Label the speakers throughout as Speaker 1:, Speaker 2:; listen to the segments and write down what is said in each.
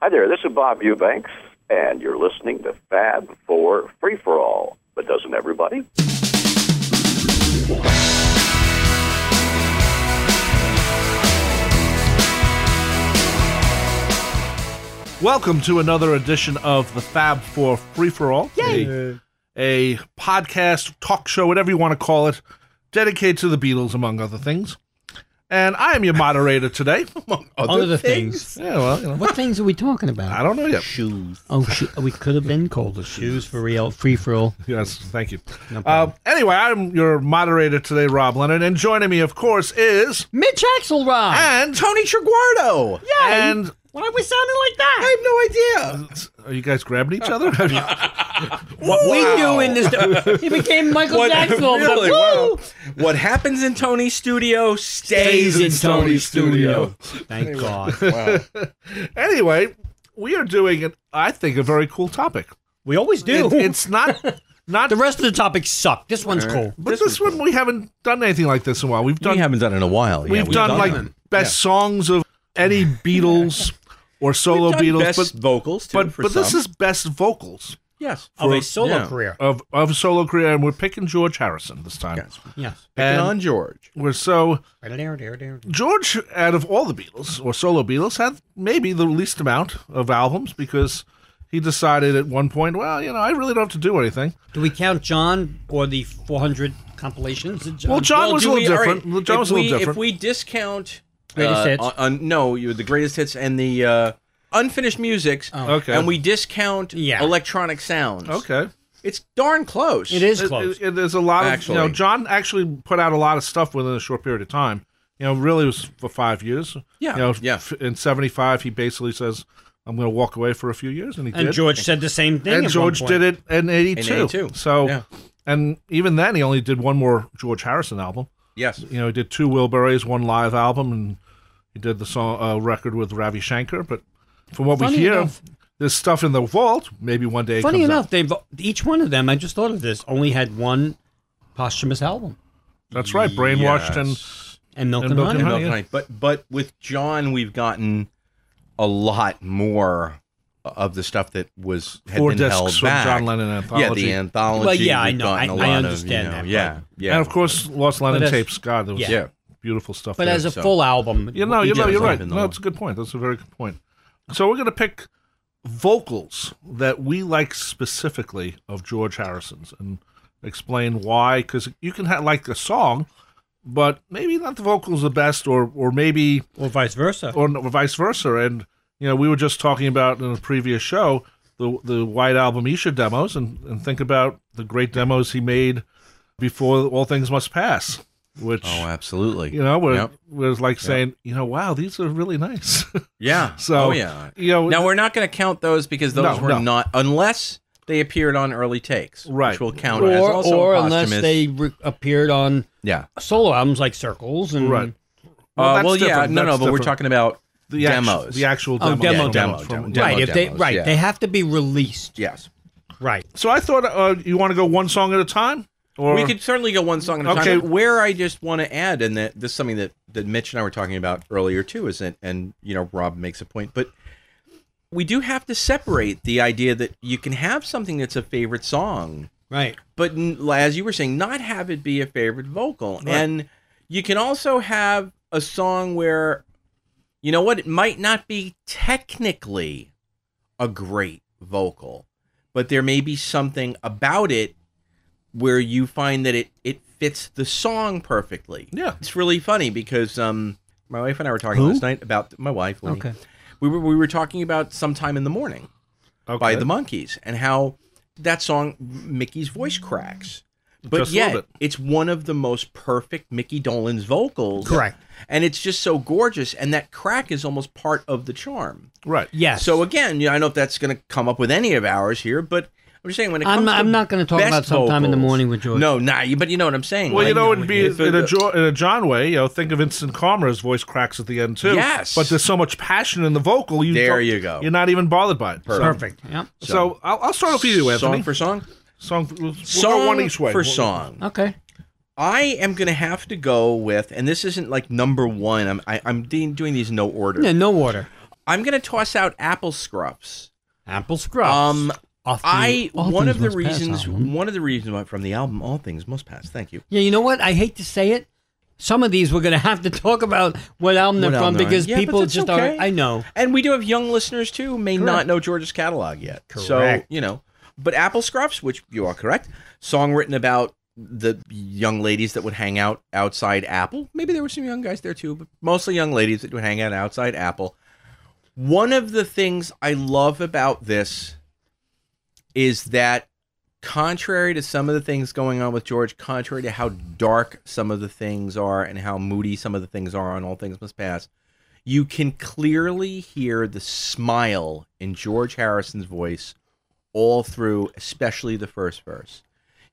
Speaker 1: Hi there, this is Bob Eubanks, and you're listening to Fab for Free for All. But doesn't everybody?
Speaker 2: Welcome to another edition of the Fab Four Free for All. A, a podcast, talk show, whatever you want to call it, dedicated to the Beatles, among other things. And I am your moderator today. among other-
Speaker 3: Other things.
Speaker 2: yeah, well, you know,
Speaker 4: What things are we talking about?
Speaker 2: I don't know yet.
Speaker 3: Shoes.
Speaker 4: Oh, sh- we could have been called the
Speaker 3: Shoes
Speaker 4: shoes.
Speaker 3: for real.
Speaker 4: Free for all.
Speaker 2: Yes, thank you.
Speaker 4: problem.
Speaker 2: Uh, anyway, I'm your moderator today, Rob Leonard, and joining me, of course, is
Speaker 4: Mitch Axelrod.
Speaker 2: and
Speaker 3: Tony Triguardo. Yeah.
Speaker 2: and
Speaker 4: Why we sounding like that?
Speaker 3: I have no idea.
Speaker 2: are you guys grabbing each other?
Speaker 3: What
Speaker 4: We knew in this. He became Michael Jackson.
Speaker 3: really,
Speaker 4: Woo!
Speaker 3: wow. What happens in Tony's studio stays, in Tony's, studio.
Speaker 4: Thank God.
Speaker 2: anyway, we are doing, an, I think, a very cool topic.
Speaker 4: We always do.
Speaker 2: It, it's not not
Speaker 4: the rest of the topics suck. This one's cool.
Speaker 2: But this, one, we haven't done anything like this in a while. We've done
Speaker 5: we haven't done it in a while.
Speaker 2: we've, done, like best songs of any Beatles or solo Beatles,
Speaker 5: best
Speaker 2: but
Speaker 5: vocals too.
Speaker 2: but,
Speaker 5: for
Speaker 2: but this
Speaker 5: some.
Speaker 2: is best vocals
Speaker 5: yes.
Speaker 4: Of a solo
Speaker 5: yeah.
Speaker 4: career.
Speaker 2: of of solo career, and we're picking George Harrison this time.
Speaker 5: Yes.
Speaker 4: Yes.
Speaker 2: And
Speaker 5: And on George.
Speaker 2: we're so
Speaker 4: Well,
Speaker 2: George, out of all the Beatles or solo Beatles, had maybe the least amount of albums because he decided at one point, well, you know, I really don't have to do anything.
Speaker 4: do we count John or the 400 compilations? Of John?
Speaker 2: Well, John was a
Speaker 5: do
Speaker 2: little
Speaker 5: we- all
Speaker 2: different.
Speaker 5: right,
Speaker 2: John
Speaker 5: if
Speaker 2: was a little
Speaker 5: we-
Speaker 2: different.
Speaker 5: If we discount
Speaker 4: Greatest
Speaker 5: uh,
Speaker 4: hits.
Speaker 5: on- on- no, you the greatest hits and the uh, unfinished musics,
Speaker 2: okay,
Speaker 5: and we discount
Speaker 4: Oh. Yeah.
Speaker 5: electronic sounds.
Speaker 2: okay.
Speaker 5: it's darn close.
Speaker 4: it is
Speaker 2: It-
Speaker 4: close.
Speaker 2: it- it- there's a lot
Speaker 5: Actually.
Speaker 2: of you know. John actually put out a lot of stuff within a short period of time. You know, really was for five years.
Speaker 5: Yeah,
Speaker 2: You know,
Speaker 5: yeah.
Speaker 2: f- in '75, he basically says, "I'm going to walk away for a few years," and he
Speaker 4: and
Speaker 2: did.
Speaker 4: George said the same thing.
Speaker 2: and
Speaker 4: at
Speaker 2: George
Speaker 4: one point.
Speaker 2: did it in '82.
Speaker 5: In 82,
Speaker 2: So,
Speaker 5: yeah.
Speaker 2: and even then, he only did one more George Harrison album.
Speaker 5: Yes,
Speaker 2: You know, he did two Wilburys, one live album, and he did the song uh, record with Ravi Shankar. But from what
Speaker 4: Funny
Speaker 2: we hear,
Speaker 4: enough-
Speaker 2: there's stuff in the vault. Maybe one day. it
Speaker 4: Funny
Speaker 2: comes out.
Speaker 4: enough, they've each one of them. I just thought of this. Only had one posthumous album,
Speaker 2: that's right. Brainwashed and
Speaker 4: and Milk
Speaker 2: And
Speaker 4: and,
Speaker 2: Milk
Speaker 4: Honey.
Speaker 2: and
Speaker 5: Milk
Speaker 2: yeah.
Speaker 5: and Honey. But but with John, we've gotten a lot more of the stuff that was had
Speaker 2: four
Speaker 5: been held
Speaker 2: discs from
Speaker 5: back.
Speaker 2: John Lennon anthology.
Speaker 5: Yeah, the anthology.
Speaker 4: Well, yeah, I
Speaker 5: we've
Speaker 4: know. I-
Speaker 5: gotten a
Speaker 4: I
Speaker 5: lot of, you
Speaker 4: understand
Speaker 5: know,
Speaker 4: that,
Speaker 5: Yeah, yeah,
Speaker 2: And of course, Lost Lennon
Speaker 4: as-
Speaker 2: tapes. God, there was
Speaker 4: yeah.
Speaker 5: yeah.
Speaker 2: beautiful stuff.
Speaker 4: But
Speaker 2: there.
Speaker 4: as a
Speaker 5: so-
Speaker 4: full album,
Speaker 2: you know, you
Speaker 4: each
Speaker 2: know,
Speaker 4: one's
Speaker 2: you're right.
Speaker 5: in the
Speaker 2: No,
Speaker 5: one.
Speaker 2: it's a good point. That's a very good point. So we're going to pick vocals that we like specifically of George Harrison's and explain why. Because you can ha- like a song, but maybe not the vocals the best, or or maybe
Speaker 4: or vice versa.
Speaker 2: or, or vice versa. And you know, we were just talking about in a previous show the the White Album Isha demos, and and think about the great demos he made before All Things Must Pass, which
Speaker 5: Oh, absolutely.
Speaker 2: you know, where
Speaker 5: Yep.
Speaker 2: where it's like saying, you know, wow, these are really nice.
Speaker 5: Yeah.
Speaker 2: So,
Speaker 5: oh, yeah.
Speaker 2: you know,
Speaker 5: Now we're not going to count those because those
Speaker 2: No,
Speaker 5: were
Speaker 2: no.
Speaker 5: not unless they appeared on early takes,
Speaker 2: Right.
Speaker 5: Which will count as
Speaker 4: or,
Speaker 5: also
Speaker 4: or
Speaker 5: a
Speaker 4: unless
Speaker 5: posthumous-
Speaker 4: they re- appeared on
Speaker 5: yeah.
Speaker 4: solo albums like Circles and
Speaker 2: right.
Speaker 5: Well,
Speaker 2: that's
Speaker 5: uh, well yeah,
Speaker 2: different.
Speaker 5: no, no,
Speaker 2: That's
Speaker 5: but we're
Speaker 2: different.
Speaker 5: talking about
Speaker 2: the actu-
Speaker 5: demos.
Speaker 2: the actual
Speaker 4: Oh,
Speaker 2: demos.
Speaker 4: demo,
Speaker 2: from-
Speaker 5: demo,
Speaker 2: from-
Speaker 5: demo,
Speaker 2: from-
Speaker 5: demo.
Speaker 4: right. If they
Speaker 5: demos,
Speaker 4: right,
Speaker 5: yeah.
Speaker 4: they have to be released.
Speaker 5: Yes.
Speaker 4: Right.
Speaker 2: So I thought, uh, you want to go one song at a time, or
Speaker 5: we could certainly go one song at a
Speaker 2: Okay.
Speaker 5: time. but Where I just want to add, and that this is something that, that Mitch and I were talking about earlier too, is that, and you know, Rob makes a point, but we do have to separate the idea that you can have something that's a favorite song,
Speaker 4: Right.
Speaker 5: but n- as you were saying, not have it be a favorite vocal, and you can also have a song where, you know what, it might not be technically a great vocal, but there may be something about it where you find that it it fits the song perfectly.
Speaker 2: Yeah.
Speaker 5: it's really funny because um, my wife and I were talking
Speaker 4: Who?
Speaker 5: last night about my wife. Lenny.
Speaker 4: Okay.
Speaker 5: we were we were talking about sometime in the morning
Speaker 2: okay.
Speaker 5: by the Monkees and how that song Mickey's voice cracks. But
Speaker 2: Just a little
Speaker 5: yet,
Speaker 2: bit.
Speaker 5: it's one of the most perfect Mickey Dolan's vocals.
Speaker 4: Correct.
Speaker 5: And it's just so gorgeous. And that crack is almost part of the charm.
Speaker 2: right.
Speaker 4: Yes.
Speaker 5: So, again, you know, I don't know if that's going to come up with any of ours here, but I'm just saying when it comes
Speaker 4: I'm not,
Speaker 5: to
Speaker 4: I'm not going to talk
Speaker 5: best
Speaker 4: about sometime in the
Speaker 5: vocals-
Speaker 4: morning with George.
Speaker 5: No, nah, you- but you know what I'm saying.
Speaker 2: Well, you
Speaker 5: like-
Speaker 2: know, it'd be
Speaker 5: if it-
Speaker 2: in a, jo- in a John way. You know, think of Instant Karma's voice cracks at the end too.
Speaker 5: Yes.
Speaker 2: but there's so much passion in the vocal. You
Speaker 5: There
Speaker 2: don't-
Speaker 5: you go.
Speaker 2: You're not even bothered by it. So,
Speaker 4: Perfect. Yeah.
Speaker 2: so I'll, I'll start off with you, Anthony.
Speaker 5: Song for song?
Speaker 2: song, for, we'll go
Speaker 5: Song
Speaker 2: one each way.
Speaker 5: for
Speaker 2: We'll-
Speaker 5: song.
Speaker 4: Okay.
Speaker 5: I am going to have to go with, and this isn't like number one. I'm I, I'm de- doing these in no order.
Speaker 4: Yeah, no order.
Speaker 5: I'm gonna toss out Apple Scrubs.
Speaker 4: Apple Scrubs.
Speaker 5: Um,
Speaker 4: Off the-
Speaker 5: I
Speaker 4: All
Speaker 5: one
Speaker 4: Things
Speaker 5: of the
Speaker 4: Must Pass
Speaker 5: reasons
Speaker 4: album.
Speaker 5: one of the reasons why- from the album All Things Must Pass. Thank you.
Speaker 4: Yeah, you know what? I hate to say it. Some of these we're going to have to talk about what album they're
Speaker 5: What
Speaker 4: from
Speaker 5: album they're on.
Speaker 4: because
Speaker 5: Yeah, but
Speaker 4: people
Speaker 5: that's
Speaker 4: just
Speaker 5: okay.
Speaker 4: are. I know.
Speaker 5: And we do have young listeners too who may not
Speaker 4: Correct.
Speaker 5: know George's catalog yet. So
Speaker 4: Correct.
Speaker 5: you know, but Apple Scruffs, which you are correct, song written about the young ladies that would hang out outside Apple. Maybe there were some young guys there too, but mostly young ladies that would hang out outside Apple. One of the things I love about this is that contrary to some of the things going on with George, contrary to how dark some of the things are and how moody some of the things are on All Things Must Pass, you can clearly hear the smile in George Harrison's voice all through, especially the first verse.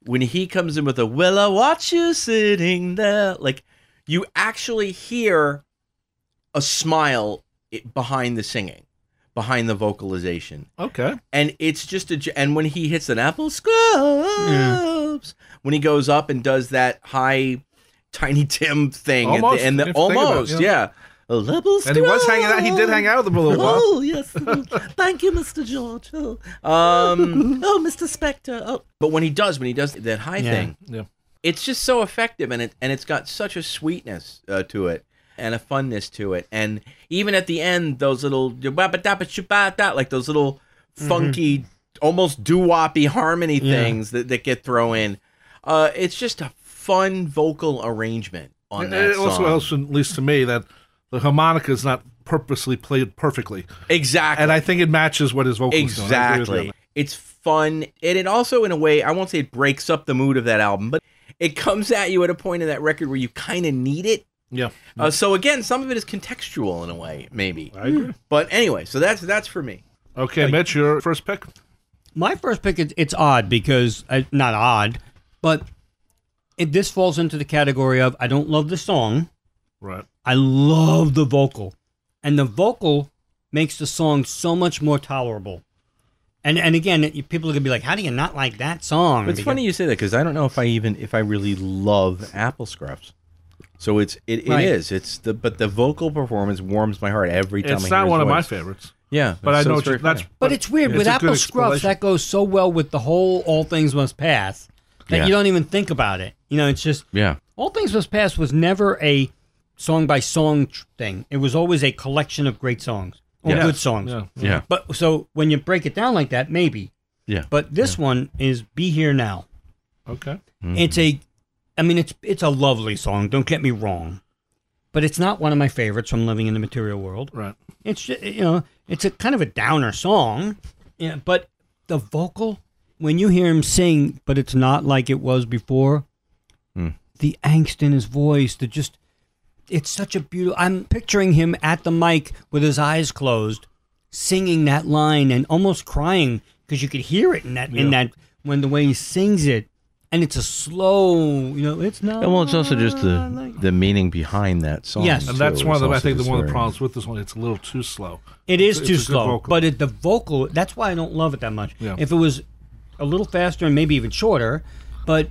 Speaker 5: When he comes in with a "Will I watch you sitting there?" like you actually hear a smile i- behind the singing, behind the vocalization
Speaker 2: Okay.
Speaker 5: and it's just a j- and when he hits an apple scrubs when he goes up and does that high tiny tim thing
Speaker 2: Almost,
Speaker 5: and the,
Speaker 2: if you think about it,
Speaker 5: almost yeah, Apple
Speaker 2: And he was hanging out. He did hang out with them a little while.
Speaker 5: Oh yes, thank you, Mr. George. Oh, um, oh, Mr. Spector. Oh, but when he does, when he does that high
Speaker 4: Yeah.
Speaker 5: thing,
Speaker 2: Yeah.
Speaker 5: it's just so effective, and it and it's got such a sweetness uh, to it, and a funness to it, and even at the end, those little like those little
Speaker 2: Mm-hmm.
Speaker 5: funky, almost doo woppy harmony
Speaker 4: Yeah.
Speaker 5: things that, that get thrown in. Uh, it's just a fun vocal arrangement on
Speaker 2: And
Speaker 5: that
Speaker 2: it also
Speaker 5: song.
Speaker 2: helps, at least to me, that the harmonica is not purposely played perfectly,
Speaker 5: exactly.
Speaker 2: and I think it matches what his vocals doing. I agree with you on
Speaker 5: Exactly. It's fun. And it also, in a way, I won't say it breaks up the mood of that album, but it comes at you at a point in that record where you kind of need it.
Speaker 2: that. Yeah.
Speaker 5: Uh, so again, some of it is contextual in a way, maybe.
Speaker 2: I agree.
Speaker 5: But anyway, so that's that's for me.
Speaker 2: Okay, Mitch, your first pick.
Speaker 4: My first pick, it, it's odd because, uh, not odd, but it, this falls into the category of I don't love the song.
Speaker 2: Right.
Speaker 4: I love the vocal. And the vocal makes the song so much more tolerable. And and again, it- people are going to be like, how do you not like that song?
Speaker 5: It's
Speaker 4: Because-
Speaker 5: funny you say that because I don't know if I even if I really love Apple Scruffs. So it's it, it
Speaker 4: Right.
Speaker 5: is it's the but the vocal performance warms my heart every time. I
Speaker 2: It's
Speaker 5: hear
Speaker 2: not
Speaker 5: his
Speaker 2: one of my
Speaker 5: voice.
Speaker 2: favorites,
Speaker 5: Yeah,
Speaker 2: but I
Speaker 5: so
Speaker 2: know
Speaker 5: it's
Speaker 2: what you-
Speaker 5: very
Speaker 2: that's.
Speaker 5: funny.
Speaker 4: But it's weird. with
Speaker 2: a good
Speaker 4: Apple Scrubs,
Speaker 2: explanation.
Speaker 4: that goes so well with the whole All Things Must Pass that
Speaker 5: Yeah.
Speaker 4: you don't even think about it. You know, it's just
Speaker 5: yeah.
Speaker 4: All Things Must Pass was never a song by song tr- thing, it was always a collection of great songs or
Speaker 5: Yeah.
Speaker 4: good songs.
Speaker 2: Yeah.
Speaker 5: Yeah.
Speaker 4: But so when you break it down like that, maybe.
Speaker 5: Yeah.
Speaker 4: But this one is Be Here Now.
Speaker 2: Okay.
Speaker 4: It's a, I mean, it's it's a lovely song. Don't get me wrong, but it's not one of my favorites from Living in the Material World.
Speaker 2: Right.
Speaker 4: It's ju- you know, it's a kind of a downer song, yeah, but the vocal when you hear him sing, but it's not like it was before.
Speaker 5: Hmm.
Speaker 4: The angst in his voice, the just, it's such a beautiful. I'm picturing him at the mic with his eyes closed, singing that line and almost crying because you could hear it in that in that when the way he sings it, and it's a slow, you know, it's not.
Speaker 5: And well, it's also just the the meaning behind that song.
Speaker 4: Yes.
Speaker 2: And
Speaker 5: too,
Speaker 2: that's one of
Speaker 5: is
Speaker 2: the I
Speaker 5: also
Speaker 2: think the
Speaker 5: just
Speaker 2: one of the
Speaker 5: very-
Speaker 2: problems with this one. It's a little too slow.
Speaker 4: It is
Speaker 2: It's a-
Speaker 4: too
Speaker 2: it's a good
Speaker 4: slow,
Speaker 2: vocal.
Speaker 4: but it, the vocal. That's why I don't love it that much.
Speaker 2: Yeah.
Speaker 4: If it was a little faster and maybe even shorter, but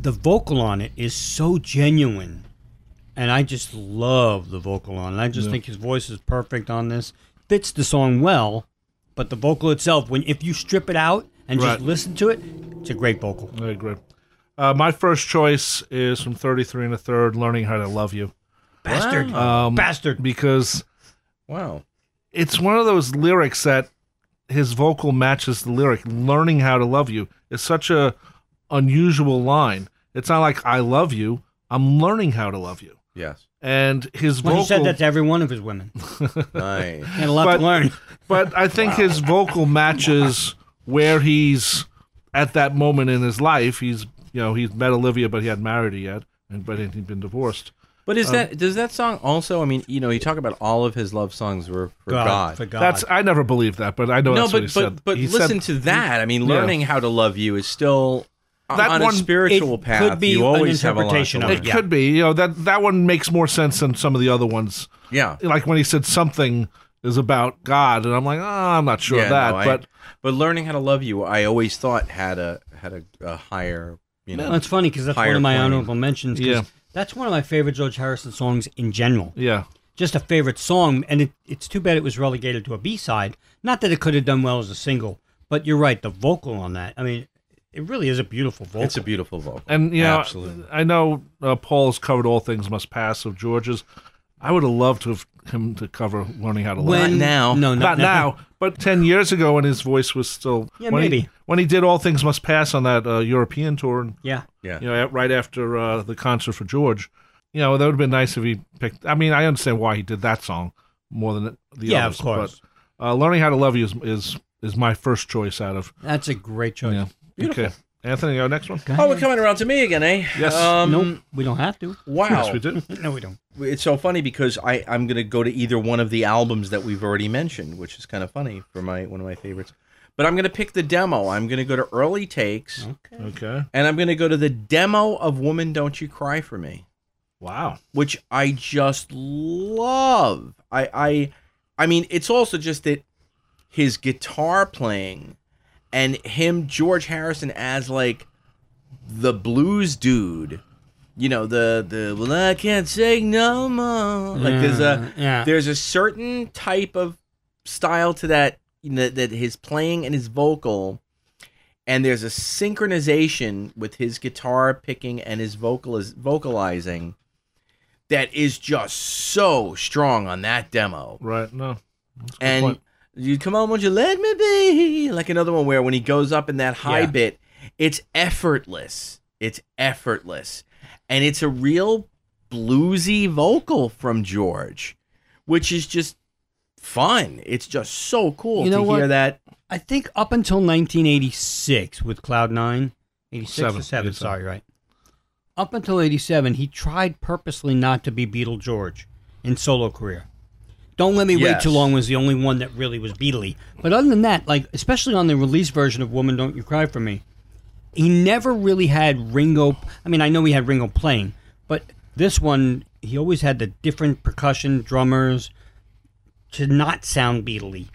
Speaker 4: the vocal on it is so genuine, and I just love the vocal on it. I just think his voice is perfect on this. Fits the song well, but the vocal itself, when if you strip it out and
Speaker 2: Right.
Speaker 4: just listen to it, it's a great vocal.
Speaker 2: I agree. Uh, my first choice is from 33 and a third, Learning How to Love You,
Speaker 4: Bastard,
Speaker 2: Um,
Speaker 4: bastard.
Speaker 2: because
Speaker 5: Wow.
Speaker 2: it's one of those lyrics that his vocal matches the lyric. Learning How to Love You is such a unusual line. It's not like I love you. I'm learning how to love you.
Speaker 5: Yes.
Speaker 2: And his vocal
Speaker 4: Well, he said that to every one of his women.
Speaker 5: Nice.
Speaker 4: He had a lot
Speaker 2: But-
Speaker 4: to learn.
Speaker 2: But I think his vocal matches where he's at that moment in his life. He's you know he's met Olivia, but he hadn't married her yet, and but he'd been divorced.
Speaker 5: But
Speaker 2: um,
Speaker 5: is that does that song also? I mean, you know, you talk about all of his love songs were for God.
Speaker 4: for God.
Speaker 2: That's I never believed that, but I know
Speaker 5: no,
Speaker 2: that's what
Speaker 5: but
Speaker 2: he
Speaker 5: but
Speaker 2: said.
Speaker 5: but
Speaker 2: He said-
Speaker 5: listen to that. I mean, learning how to love you is still
Speaker 2: That
Speaker 5: on
Speaker 2: one-
Speaker 5: a spiritual
Speaker 4: it
Speaker 5: path.
Speaker 4: could be
Speaker 5: you
Speaker 4: an
Speaker 5: always have a lot to
Speaker 4: interpretation of
Speaker 5: learn.
Speaker 2: It
Speaker 4: Yeah.
Speaker 2: could be you know that that one makes more sense than some of the other ones.
Speaker 5: Yeah.
Speaker 2: Like when he said something is about God, and I'm like, oh, I'm not sure
Speaker 5: yeah,
Speaker 2: of that,
Speaker 5: no, I-
Speaker 2: but
Speaker 5: but learning how to love you, I always thought had a had a, a higher, you know.
Speaker 4: Well, it's funny because that's one
Speaker 5: higher
Speaker 4: of my
Speaker 5: plane.
Speaker 4: honorable mentions. 'cause
Speaker 2: Yeah.
Speaker 4: That's one of my favorite George Harrison songs in general.
Speaker 2: yeah,
Speaker 4: just a favorite song, and it, it's too bad it was relegated to a B side. Not that it could have done well as a single, but you're right. The vocal on that, I mean, it really is a beautiful vocal.
Speaker 5: It's a beautiful vocal.
Speaker 2: And you know,
Speaker 5: Absolutely.
Speaker 2: I know uh, Paul's covered all things must pass of George's. I would have loved to have him to cover learning how to laugh.
Speaker 5: Not now.
Speaker 4: No,
Speaker 2: Not now, but ten years ago when his voice was still
Speaker 4: Yeah,
Speaker 2: when He,
Speaker 4: maybe.
Speaker 2: when he did all things must pass on that uh, European tour, and,
Speaker 4: Yeah.
Speaker 5: Yeah.
Speaker 2: you know, at- right after uh, the concert for George, you know, that would have been nice if he picked. I mean, I understand why he did that song more than the
Speaker 4: Yeah,
Speaker 2: others,
Speaker 4: of course.
Speaker 2: But, uh, learning how to love you is is, is my first choice out of
Speaker 4: That's a great choice.
Speaker 2: yeah. Okay, Anthony, our next one.
Speaker 5: Oh, we're coming around to me again, eh?
Speaker 2: Yes.
Speaker 5: Um,
Speaker 4: nope, we don't have to.
Speaker 5: Wow.
Speaker 2: Yes, we did.
Speaker 4: No, we don't.
Speaker 5: It's so funny because I, I'm going to go to either one of the albums that we've already mentioned, which is kind of funny for my one of my favorites. But I'm going to pick the demo. I'm going to go to early
Speaker 2: Mm-hmm.
Speaker 5: takes,
Speaker 2: Okay.
Speaker 5: and I'm going to go to the demo of "Woman, Don't You Cry for Me."
Speaker 2: Wow.
Speaker 5: which I just love. I I I mean, it's also just that his guitar playing and him George Harrison as like the blues dude. You know, the the well I can't say no more. Like there's a
Speaker 4: yeah.
Speaker 5: there's a certain type of style to that you know, that his playing and his vocal and there's a synchronization with his guitar picking and his vocal vocalizing that is just so strong on that demo
Speaker 2: Right. No. That's a good
Speaker 5: and
Speaker 2: point.
Speaker 5: you come on, would you let me be? Like another one where when he goes up in that high
Speaker 4: Yeah.
Speaker 5: bit, it's effortless. It's effortless, and it's a real bluesy vocal from George, which is just fun. It's just so cool
Speaker 4: You know
Speaker 5: to
Speaker 4: what?
Speaker 5: hear that.
Speaker 4: I think up until 1986 with Cloud Nine, 86
Speaker 2: Seven,
Speaker 4: or 7,
Speaker 2: 87.
Speaker 4: sorry, right. Up until 87, he tried purposely not to be Beatle George in solo career. Don't Let Me Wait
Speaker 5: Yes.
Speaker 4: Too Long was the only one that really was Beatley. But other than that, like especially on the release version of Woman Don't You Cry For Me, he never really had Ringo. I mean, I know he had Ringo playing, but this one, he always had the different percussion drummers to not sound Beatley.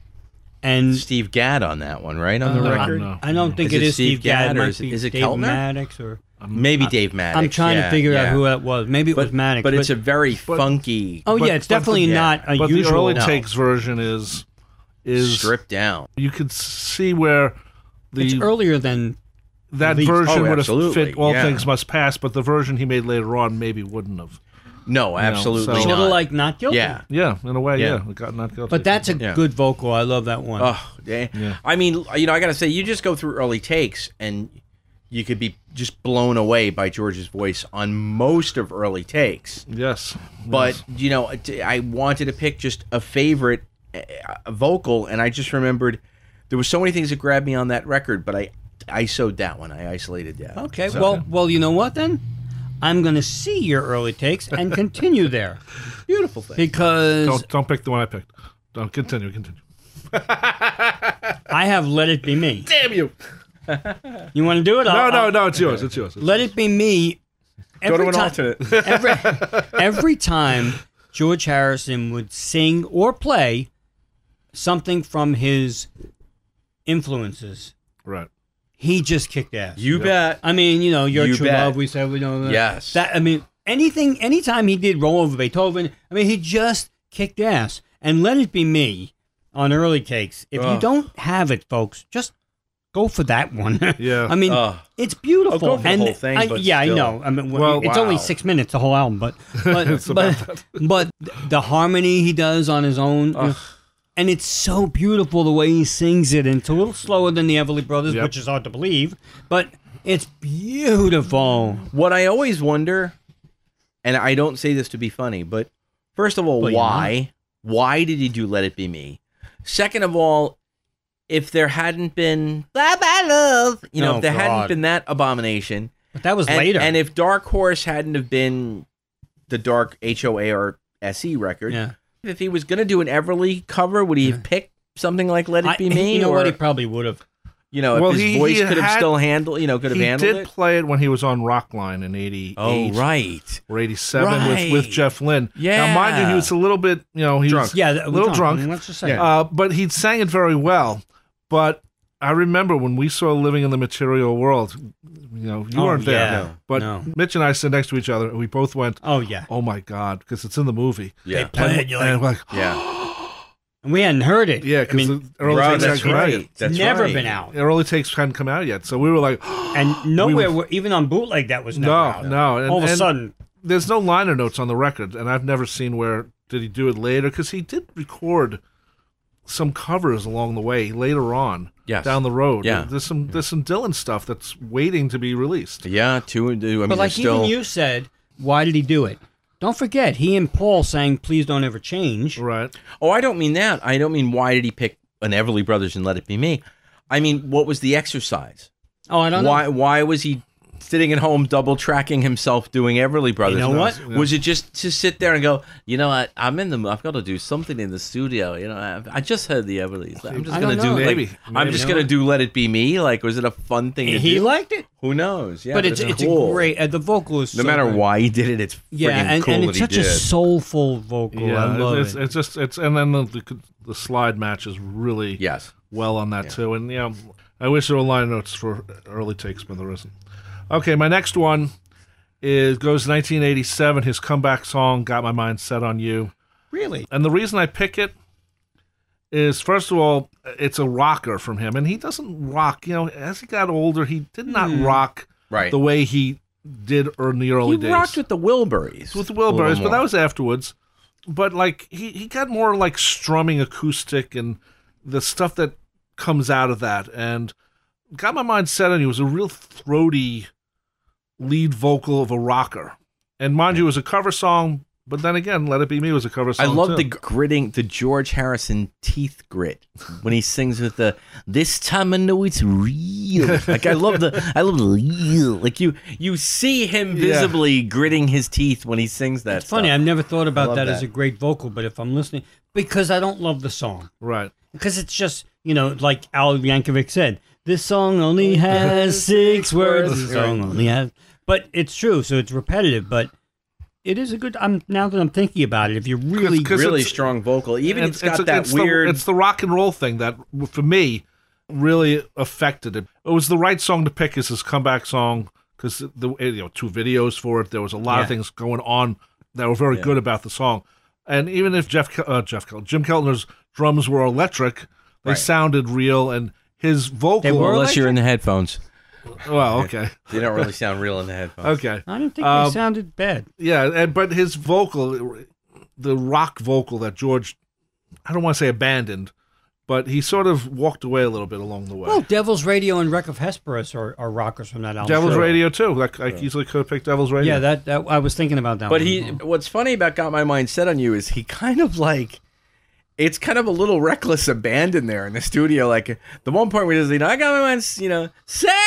Speaker 4: And
Speaker 5: Steve Gadd on that one, right on the
Speaker 4: uh,
Speaker 5: record.
Speaker 2: No.
Speaker 4: I don't think
Speaker 5: Is
Speaker 4: it
Speaker 5: it
Speaker 4: is
Speaker 5: Steve
Speaker 4: Steve Gadd.
Speaker 5: Gadd
Speaker 4: It
Speaker 5: or
Speaker 4: might
Speaker 5: is it-
Speaker 4: be
Speaker 5: is it
Speaker 4: Dave
Speaker 5: Keltner?
Speaker 4: Maddox or
Speaker 5: Maybe Dave Maddox.
Speaker 4: I'm trying
Speaker 5: yeah,
Speaker 4: to figure
Speaker 5: yeah.
Speaker 4: out who that was. Maybe it
Speaker 5: But,
Speaker 4: was Maddox.
Speaker 5: but it's a very funky,
Speaker 4: oh
Speaker 2: but-
Speaker 4: yeah, it's
Speaker 2: but the-
Speaker 4: definitely
Speaker 5: yeah.
Speaker 4: not a
Speaker 2: but the
Speaker 4: usual.
Speaker 2: early
Speaker 4: no.
Speaker 2: takes version is is
Speaker 5: stripped down.
Speaker 2: you could see where the
Speaker 4: It's earlier than
Speaker 2: that
Speaker 4: leaked.
Speaker 2: version
Speaker 5: Oh,
Speaker 2: would have
Speaker 5: absolutely,
Speaker 2: fit all
Speaker 5: yeah.
Speaker 2: things must pass, but the version he made later on maybe wouldn't have.
Speaker 5: No, absolutely
Speaker 2: so-
Speaker 4: sort
Speaker 5: not.
Speaker 4: of like not guilty.
Speaker 5: yeah.
Speaker 2: Yeah, in a way,
Speaker 5: Yeah.
Speaker 2: yeah, it got not guilty.
Speaker 4: But that's a
Speaker 5: Yeah.
Speaker 4: good vocal. I love that one.
Speaker 5: Oh, yeah. I mean, you know, I gotta say, you just go through early takes, and you could be just blown away by George's voice on most of early takes.
Speaker 2: yes,
Speaker 5: But
Speaker 2: yes.
Speaker 5: you know, t- I wanted to pick just a favorite uh, uh, vocal, and I just remembered there were so many things that grabbed me on that record, but I ISO'd that one. I isolated that. one.
Speaker 4: okay. Well, well, you know what then? I'm going to see your early takes and continue there
Speaker 5: beautiful thing.
Speaker 4: because
Speaker 2: don't don't pick the one I picked. Don't continue, continue.
Speaker 4: I have Let It Be Me. Damn you! you want to do it?
Speaker 2: No,
Speaker 4: I'll-
Speaker 2: no,
Speaker 4: I'll-
Speaker 2: no, it's yours, it's yours. It's
Speaker 4: Uh, Let It Be Me. Every
Speaker 5: Go to an
Speaker 4: ti-
Speaker 5: alternate.
Speaker 4: every, every time George Harrison would sing or play something from his influences,
Speaker 2: right.
Speaker 4: he just kicked ass.
Speaker 5: You bet.
Speaker 4: I mean, you know, your
Speaker 5: You
Speaker 4: true
Speaker 5: bet.
Speaker 4: love. We said we don't.
Speaker 5: Yes.
Speaker 4: That I mean, anything, anytime he did roll over Beethoven, I mean, he just kicked ass. And let it be me on early cakes. If you
Speaker 5: Ugh.
Speaker 4: don't have it, folks, just go for that one.
Speaker 2: Yeah.
Speaker 4: I mean,
Speaker 5: Ugh.
Speaker 4: it's beautiful.
Speaker 5: I'll go for the
Speaker 4: and
Speaker 5: whole thing,
Speaker 4: I-
Speaker 5: but
Speaker 4: yeah,
Speaker 5: still.
Speaker 4: I know. I mean,
Speaker 2: Well,
Speaker 4: well, it's only
Speaker 5: wow.
Speaker 4: six minutes, the whole album, but but but, but the harmony he does on his own. you know, and it's so beautiful the way he sings it. And it's a little slower than the Everly Brothers,
Speaker 2: Yep.
Speaker 4: which is hard to believe, but it's beautiful.
Speaker 5: What I always wonder, and I don't say this to be funny, but first of all,
Speaker 4: Well, you
Speaker 5: why? Why did he do Let It Be Me? Second of all, if there hadn't been Blah Blah Love, you know,
Speaker 4: Oh,
Speaker 5: if there hadn't
Speaker 4: God.
Speaker 5: been that abomination,
Speaker 4: But that was
Speaker 5: and,
Speaker 4: later.
Speaker 5: and if Dark Horse hadn't have been the dark H O A R S E record,
Speaker 4: yeah.
Speaker 5: if he was gonna do an Everly cover, would he have picked something like Let It Be
Speaker 4: I-
Speaker 5: Me?
Speaker 4: you know
Speaker 5: or
Speaker 4: what? He probably would have.
Speaker 5: you know,
Speaker 2: Well,
Speaker 5: if his
Speaker 2: he-
Speaker 5: voice
Speaker 2: he
Speaker 5: could have
Speaker 2: had-
Speaker 5: still handled, you know, could have
Speaker 2: He
Speaker 5: handled
Speaker 2: did
Speaker 5: it.
Speaker 2: play it when he was on Rockline in '88
Speaker 5: Oh
Speaker 4: E.
Speaker 5: right.
Speaker 2: or '87 with,
Speaker 5: Right.
Speaker 2: with Jeff Lynn. Now, mind you,
Speaker 5: Yeah.
Speaker 2: he was a little bit, you know, he
Speaker 5: Drunk.
Speaker 2: was
Speaker 4: Yeah, that-
Speaker 2: a little
Speaker 4: no,
Speaker 2: drunk.
Speaker 4: Let's just say
Speaker 2: Uh, but he sang it very well. But I remember when we saw Living in the Material World. You know, you
Speaker 4: Oh,
Speaker 2: weren't there,
Speaker 4: yeah. No,
Speaker 2: but
Speaker 4: no.
Speaker 2: Mitch and I sat next to each other, and we both went,
Speaker 4: Oh yeah,
Speaker 2: "Oh my god!" Because it's in the movie.
Speaker 5: Yeah.
Speaker 4: play it. You're
Speaker 2: and
Speaker 4: like,
Speaker 2: we're like,
Speaker 5: Yeah.
Speaker 4: and we hadn't heard it.
Speaker 2: yeah,
Speaker 4: I
Speaker 2: because
Speaker 4: mean,
Speaker 2: the early
Speaker 5: Bro,
Speaker 2: takes
Speaker 5: that's
Speaker 2: hadn't come
Speaker 5: right.
Speaker 2: out yet.
Speaker 5: That's
Speaker 4: never
Speaker 5: right.
Speaker 4: been out,
Speaker 2: The early takes hadn't come out yet, so we were like,
Speaker 4: and nowhere
Speaker 2: were-
Speaker 4: were, even on bootleg that was never
Speaker 2: "No,
Speaker 4: out.
Speaker 2: no." And,
Speaker 4: All of a
Speaker 2: and
Speaker 4: sudden,
Speaker 2: there's no liner notes on the record, and I've never seen where did he do it later because he did record some covers along the way later on
Speaker 5: Yes.
Speaker 2: down the road.
Speaker 5: Yeah.
Speaker 2: there's some there's some Dylan stuff that's waiting to be released.
Speaker 5: Yeah, two and two. I mean,
Speaker 4: but like
Speaker 5: there's still
Speaker 4: even you said, why did he do it? Don't forget, he and Paul sang "Please Don't Ever Change."
Speaker 2: Right.
Speaker 5: Oh, I don't mean that. I don't mean why did he pick an Everly Brothers and Let It Be Me. I mean, what was the exercise?
Speaker 4: Oh, I don't
Speaker 5: Why why was he sitting at home double tracking himself doing Everly Brothers?
Speaker 4: know what?
Speaker 5: Was it just to sit there and go, you know, I, I'm in the, mo- I've got to do something in the studio. You know, I, I just heard the Everly's. I'm just
Speaker 4: I
Speaker 5: gonna
Speaker 4: don't
Speaker 5: do,
Speaker 4: know.
Speaker 5: like,
Speaker 2: Maybe.
Speaker 5: I'm
Speaker 2: Maybe.
Speaker 5: just gonna do Let It Be Me. Like, was it a fun thing
Speaker 4: know.
Speaker 5: to
Speaker 4: He
Speaker 5: do?
Speaker 4: liked it,
Speaker 5: Who knows? Yeah,
Speaker 4: but it's it's
Speaker 5: cool.
Speaker 4: a great. Uh, the vocal is
Speaker 5: No
Speaker 4: so
Speaker 5: matter
Speaker 4: good.
Speaker 5: why he did it, it's
Speaker 4: Yeah,
Speaker 5: friggin'
Speaker 4: and,
Speaker 5: cool
Speaker 4: and
Speaker 5: that
Speaker 4: it's
Speaker 5: he
Speaker 4: such a
Speaker 5: did.
Speaker 4: soulful vocal. Oh, I love
Speaker 2: it's,
Speaker 4: it.
Speaker 2: it's just it's and then the, the the slide match is really
Speaker 5: yes.
Speaker 2: well on that too. And yeah, I wish there were line notes for early takes, but there isn't. Okay, my next one is goes 1987. His comeback song "Got My Mind Set on You."
Speaker 4: Really?
Speaker 2: And the reason I pick it is first of all, it's a rocker from him, and he doesn't rock. You know, as he got older, he did not rock
Speaker 5: Right.
Speaker 2: the way he did er, in the early
Speaker 5: He
Speaker 2: days
Speaker 5: rocked with the Wilburys.
Speaker 2: with the
Speaker 5: A little
Speaker 2: Wilburys, but
Speaker 5: more.
Speaker 2: that was afterwards. But like he he got more like strumming acoustic and the stuff that comes out of that, and got my mind set on you was a real throaty lead vocal of a rocker, and mind you, it was a cover song. But then again, Let It Be Me was a cover
Speaker 5: I
Speaker 2: song.
Speaker 5: love the
Speaker 2: too.
Speaker 5: gritting, the George Harrison teeth grit when he sings with the "This time I know it's real." Like I love the, I love the real. Like you, you see him
Speaker 2: Yeah.
Speaker 5: visibly gritting his teeth when he sings that.
Speaker 4: It's funny.
Speaker 5: stuff.
Speaker 4: I've never thought about
Speaker 5: love
Speaker 4: that, as
Speaker 5: that.
Speaker 4: a great vocal, but if I'm listening, because I don't love the song,
Speaker 2: right.
Speaker 4: because it's just you know, like Al Yankovic said, this song only has six words. This song only has, but it's true. So it's repetitive, but it is a good. I'm now that I'm thinking about it, if you really,
Speaker 2: 'cause
Speaker 5: really
Speaker 2: it's-
Speaker 5: strong vocal. Even
Speaker 2: And
Speaker 5: it's got that
Speaker 2: it's
Speaker 5: weird.
Speaker 2: The, it's the rock and roll thing that, for me, really affected it. It was the right song to pick as his comeback song because the you know two videos for it. There was a lot of
Speaker 4: Yeah.
Speaker 2: things going on that were very good about the song, and even if Jeff Ke- uh, Jeff Kel- Jim Keltner's drums were electric, they sounded real, and his vocal.
Speaker 4: They were?
Speaker 5: unless you're in the headphones,
Speaker 2: Well, okay,
Speaker 5: they don't really sound real in the headphones.
Speaker 2: okay,
Speaker 4: I didn't think
Speaker 2: Um,
Speaker 4: they sounded bad.
Speaker 2: yeah, and but his vocal, the rock vocal that George, I don't want to say abandoned. But he sort of walked away a little bit along the way.
Speaker 4: Well, Devil's Radio and Wreck of Hesperus are, are rockers from that album.
Speaker 2: Devil's
Speaker 4: Sure.
Speaker 2: Radio too. Like I easily could have picked Devil's Radio.
Speaker 4: Yeah, that, that I was thinking about that.
Speaker 5: But
Speaker 4: one.
Speaker 5: he, what's funny about "Got My Mind Set on You" is he kind of like, it's kind of a little reckless abandon there in the studio. Like the one point where he says, "You know, I got my mind, s- you know,